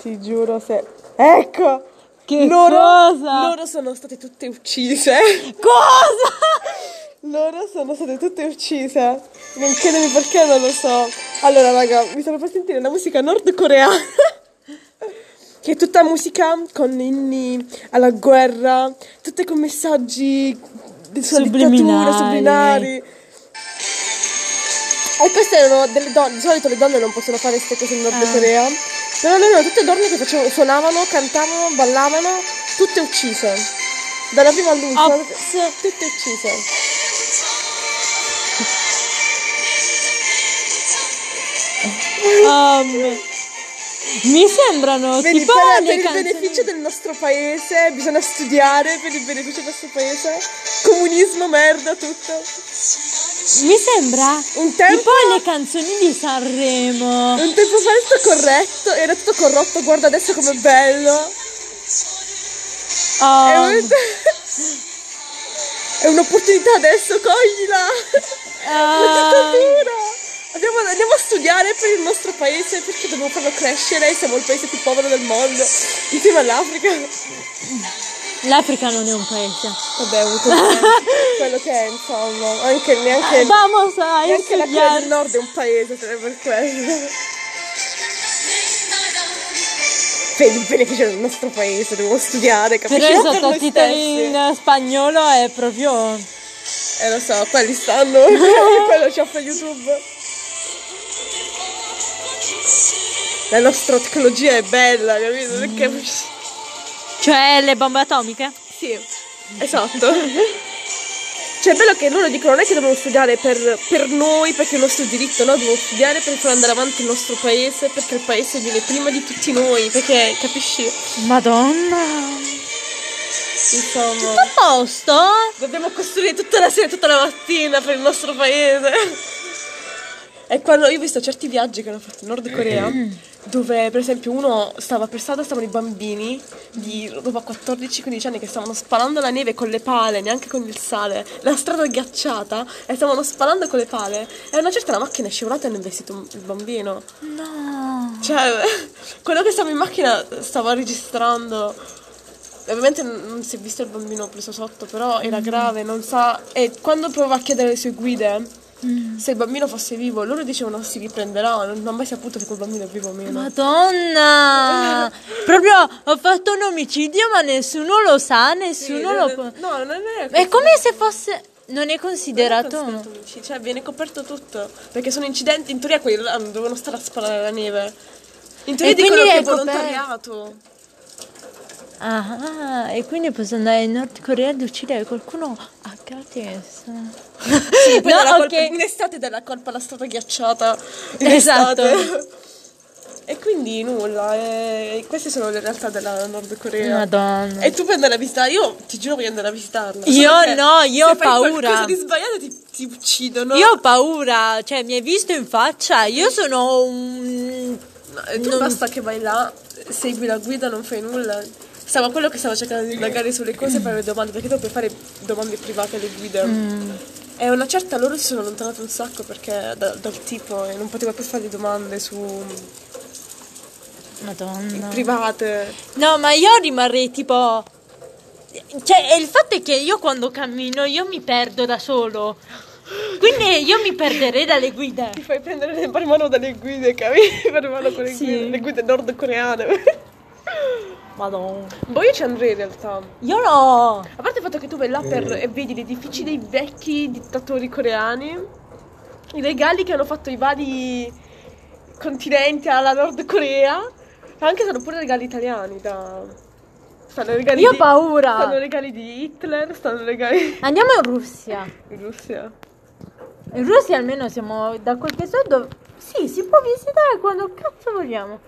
[SPEAKER 2] Ti giuro se. Ecco!
[SPEAKER 1] Che
[SPEAKER 2] loro,
[SPEAKER 1] cosa?
[SPEAKER 2] loro sono state tutte uccise.
[SPEAKER 1] Cosa?
[SPEAKER 2] Loro sono state tutte uccise. Non chiedemi perché, non lo so. Allora, raga, mi sono per sentire una musica nordcoreana. Che è tutta musica con inni alla guerra, tutte con messaggi di sulla dittatura,
[SPEAKER 1] Subliminali.
[SPEAKER 2] subliminali. E queste erano delle donne, di solito le donne non possono fare queste cose in Nord Corea, però loro erano tutte donne che facevano- suonavano, cantavano, ballavano, tutte uccise. Dalla prima all'ultima,
[SPEAKER 1] Ops.
[SPEAKER 2] tutte uccise.
[SPEAKER 1] Um, mi sembrano
[SPEAKER 2] Vedi,
[SPEAKER 1] tipo
[SPEAKER 2] per,
[SPEAKER 1] le
[SPEAKER 2] per il
[SPEAKER 1] canzoni-
[SPEAKER 2] beneficio del nostro paese, bisogna studiare per il beneficio del nostro paese. Comunismo, merda, tutto.
[SPEAKER 1] Mi sembra
[SPEAKER 2] Un certo tempo-
[SPEAKER 1] tipo le canzoni di Sanremo.
[SPEAKER 2] Un tempo fa era tutto corretto, era tutto corrotto, guarda adesso com'è bello. È,
[SPEAKER 1] Um,
[SPEAKER 2] un- è un'opportunità adesso, coglila! La
[SPEAKER 1] Um. uh,
[SPEAKER 2] dittatura! Andiamo, andiamo a studiare per il nostro paese perché dobbiamo farlo crescere, siamo il paese più povero del mondo, insieme all'Africa.
[SPEAKER 1] L'Africa non è un paese.
[SPEAKER 2] Vabbè, ho avuto quello che è, insomma, anche neanche,
[SPEAKER 1] Eh, Vamos a
[SPEAKER 2] neanche la Corea del
[SPEAKER 1] studiare.
[SPEAKER 2] Nord è un paese sarebbe per quello. Per il beneficio del nostro paese dobbiamo studiare, capisci?
[SPEAKER 1] Però i
[SPEAKER 2] Non per noi stessi.
[SPEAKER 1] sottotitoli in spagnolo è proprio.
[SPEAKER 2] Eh lo so, quelli stanno, quello c'ho per YouTube. La nostra tecnologia è bella, capito? Perché...
[SPEAKER 1] Cioè le bombe atomiche?
[SPEAKER 2] Sì, esatto. Cioè è bello che loro dicono non è che dobbiamo studiare per, per noi, perché è il nostro diritto, no? Dobbiamo studiare per far andare avanti il nostro paese, perché il paese viene prima di tutti noi, perché capisci?
[SPEAKER 1] Madonna.
[SPEAKER 2] Insomma,
[SPEAKER 1] Tutto a posto?
[SPEAKER 2] dobbiamo costruire tutta la sera, tutta la mattina per il nostro paese. E quando io ho visto certi viaggi che hanno fatto in Nord Corea, dove per esempio uno stava per strada, stavano i bambini di roba 14-15 anni che stavano sparando la neve con le pale, neanche con il sale, la strada ghiacciata e stavano sparando con le pale. E a una certa la macchina è scivolata e hanno investito il bambino.
[SPEAKER 1] No.
[SPEAKER 2] Cioè, quello che stavo in macchina stava registrando. Ovviamente n- non si è visto il bambino preso sotto, però
[SPEAKER 1] Mm.
[SPEAKER 2] era grave, non sa. E quando provava a chiedere alle sue guide
[SPEAKER 1] Mm.
[SPEAKER 2] se il bambino fosse vivo, loro dicevano si riprenderà, non non ho mai saputo se quel bambino è vivo o meno.
[SPEAKER 1] Madonna! Proprio ho fatto un omicidio, ma nessuno lo sa,
[SPEAKER 2] Sì,
[SPEAKER 1] nessuno
[SPEAKER 2] non
[SPEAKER 1] lo
[SPEAKER 2] è-
[SPEAKER 1] può.
[SPEAKER 2] No, non è vero.
[SPEAKER 1] È come se fosse. Non è considerato
[SPEAKER 2] Non è
[SPEAKER 1] uno.
[SPEAKER 2] considerato omicidio, Cioè, viene coperto tutto. Perché sono incidenti, in teoria quelli là non dovevano stare a sparare la neve. In teoria
[SPEAKER 1] E
[SPEAKER 2] dicono
[SPEAKER 1] quindi
[SPEAKER 2] che
[SPEAKER 1] è
[SPEAKER 2] è
[SPEAKER 1] coperto.
[SPEAKER 2] volontariato.
[SPEAKER 1] Ah, e quindi posso andare in Nord Corea ed uccidere qualcuno a gratis.
[SPEAKER 2] Poi dalla
[SPEAKER 1] no,
[SPEAKER 2] colpa-
[SPEAKER 1] ok.
[SPEAKER 2] in estate dà la colpa alla strada ghiacciata. In
[SPEAKER 1] Esatto.
[SPEAKER 2] estate. E quindi nulla, eh, queste sono le realtà della Nord Corea.
[SPEAKER 1] Madonna.
[SPEAKER 2] E tu puoi andare a visitare, io ti giuro voglio andare a visitarla. solo
[SPEAKER 1] Io
[SPEAKER 2] che
[SPEAKER 1] no, io
[SPEAKER 2] se
[SPEAKER 1] ho
[SPEAKER 2] Se fai
[SPEAKER 1] paura.
[SPEAKER 2] qualcosa di sbagliato ti, ti uccidono.
[SPEAKER 1] Io ho paura, cioè mi hai visto in faccia, io sono un...
[SPEAKER 2] No, e tu
[SPEAKER 1] non-
[SPEAKER 2] basta che vai là, segui la guida, non fai nulla. Stavo quello che stavo cercando di indagare sulle cose e fare le domande, perché tu puoi fare domande private alle guide.
[SPEAKER 1] Mm.
[SPEAKER 2] E una certa loro si sono allontanate un sacco perché da- dal tipo e non poteva più fare domande su
[SPEAKER 1] Madonna.
[SPEAKER 2] private.
[SPEAKER 1] No, ma io rimarrei tipo... Cioè, e il fatto è che io quando cammino io mi perdo da solo. Quindi io mi perderei dalle guide.
[SPEAKER 2] Ti fai prendere per mano dalle guide, capi? Per mano con le
[SPEAKER 1] Sì.
[SPEAKER 2] guide, le guide nordcoreane.
[SPEAKER 1] Madonna.
[SPEAKER 2] boh, io ci andrei in realtà.
[SPEAKER 1] Io no.
[SPEAKER 2] A parte il fatto che tu vai là per, e vedi gli edifici dei vecchi dittatori coreani, i regali che hanno fatto i vari continenti alla Nord Corea, anche sono pure regali italiani da... Stanno regali
[SPEAKER 1] Io ho
[SPEAKER 2] di-
[SPEAKER 1] paura.
[SPEAKER 2] Stanno regali di Hitler, stanno regali
[SPEAKER 1] Andiamo in Russia.
[SPEAKER 2] in Russia.
[SPEAKER 1] In Russia almeno siamo da quel che so dove... Sì, si può visitare quando cazzo vogliamo.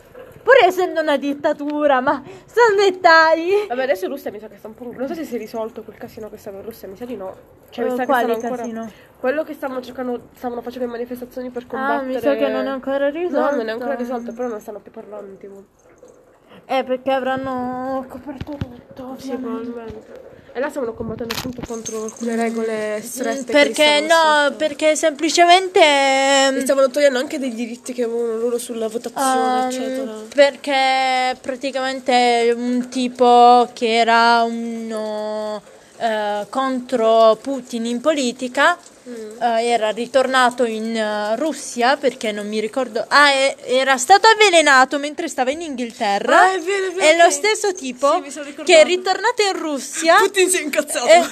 [SPEAKER 1] Pur essendo una dittatura, ma sono dettagli.
[SPEAKER 2] Vabbè, adesso in Russia mi sa che sta un po'. Non so se si è risolto quel casino che stava in Russia, mi sa di no. Cioè, mi
[SPEAKER 1] Eh,
[SPEAKER 2] sa che
[SPEAKER 1] quale
[SPEAKER 2] stanno ancora-
[SPEAKER 1] casino?
[SPEAKER 2] Quello che stavano cercando, stavano facendo le manifestazioni per
[SPEAKER 1] Ah,
[SPEAKER 2] combattere.
[SPEAKER 1] mi sa che non è ancora risolto.
[SPEAKER 2] No, non è ancora risolto, però non stanno più parlando in tv.
[SPEAKER 1] Eh, perché avranno coperto tutto,
[SPEAKER 2] Sì, probabilmente. E là stavano combattendo appunto contro alcune regole strette.
[SPEAKER 1] Mm, Perché
[SPEAKER 2] che gli stavano
[SPEAKER 1] no,
[SPEAKER 2] sotto.
[SPEAKER 1] perché semplicemente... mm,
[SPEAKER 2] Gli stavano togliendo anche dei diritti che avevano loro sulla votazione,
[SPEAKER 1] Um,
[SPEAKER 2] eccetera.
[SPEAKER 1] perché praticamente un tipo che era uno eh, contro Putin in politica
[SPEAKER 2] Mm.
[SPEAKER 1] eh, era ritornato in eh, Russia perché non mi ricordo ah e- era stato avvelenato mentre stava in Inghilterra
[SPEAKER 2] Ah, è vero, è vero,
[SPEAKER 1] e lo
[SPEAKER 2] sì.
[SPEAKER 1] stesso tipo
[SPEAKER 2] Sì, mi sono ricordata.
[SPEAKER 1] che è ritornato in Russia
[SPEAKER 2] Putin si è incazzato.
[SPEAKER 1] eh,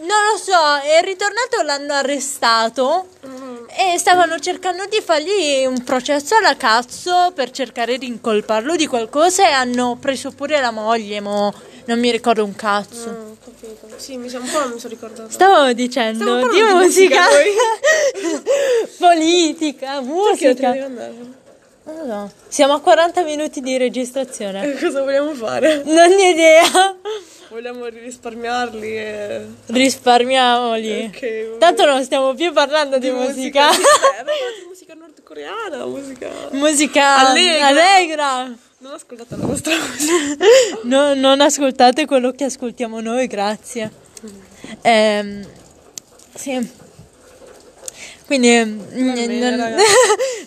[SPEAKER 1] non lo so, è ritornato, l'hanno arrestato e stavano cercando di fargli un processo alla cazzo per cercare di incolparlo di qualcosa e hanno preso pure la moglie, mo non mi ricordo un cazzo.
[SPEAKER 2] Ah, ho capito. Sì, mi sa- un po' mi sono ricordata.
[SPEAKER 1] Stavo dicendo
[SPEAKER 2] Stiamo
[SPEAKER 1] di
[SPEAKER 2] parlando di
[SPEAKER 1] musica, politica,
[SPEAKER 2] Perché
[SPEAKER 1] musica.
[SPEAKER 2] devi andare?
[SPEAKER 1] Non lo so. Siamo a 40 minuti di registrazione.
[SPEAKER 2] Eh, Cosa vogliamo fare?
[SPEAKER 1] Non ne idea.
[SPEAKER 2] Vogliamo risparmiarli e...
[SPEAKER 1] Risparmiamoli.
[SPEAKER 2] Ok, vabbè.
[SPEAKER 1] Tanto non stiamo più parlando di, musica.
[SPEAKER 2] Eh, vabbè, di musica nordcoreana, musica...
[SPEAKER 1] Musica
[SPEAKER 2] Allegra.
[SPEAKER 1] allegra.
[SPEAKER 2] Non ho ascoltato la vostra musica.
[SPEAKER 1] No, non ascoltate quello che ascoltiamo noi, grazie. Ehm, sì. Quindi mm,
[SPEAKER 2] bene,
[SPEAKER 1] non,
[SPEAKER 2] ragazzi.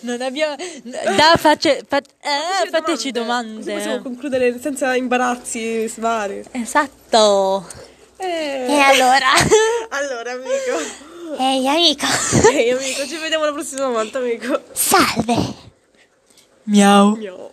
[SPEAKER 1] non abbiamo... Da, face- fa- eh, fateci
[SPEAKER 2] Così possiamo
[SPEAKER 1] domande. eh.
[SPEAKER 2] concludere senza imbarazzi svari.
[SPEAKER 1] Esatto.
[SPEAKER 2] Eh,
[SPEAKER 1] E allora?
[SPEAKER 2] allora, amico.
[SPEAKER 1] Ehi amico.
[SPEAKER 2] Ehi, amico, ci vediamo la prossima volta, amico.
[SPEAKER 1] Salve. Miau.
[SPEAKER 2] Miau.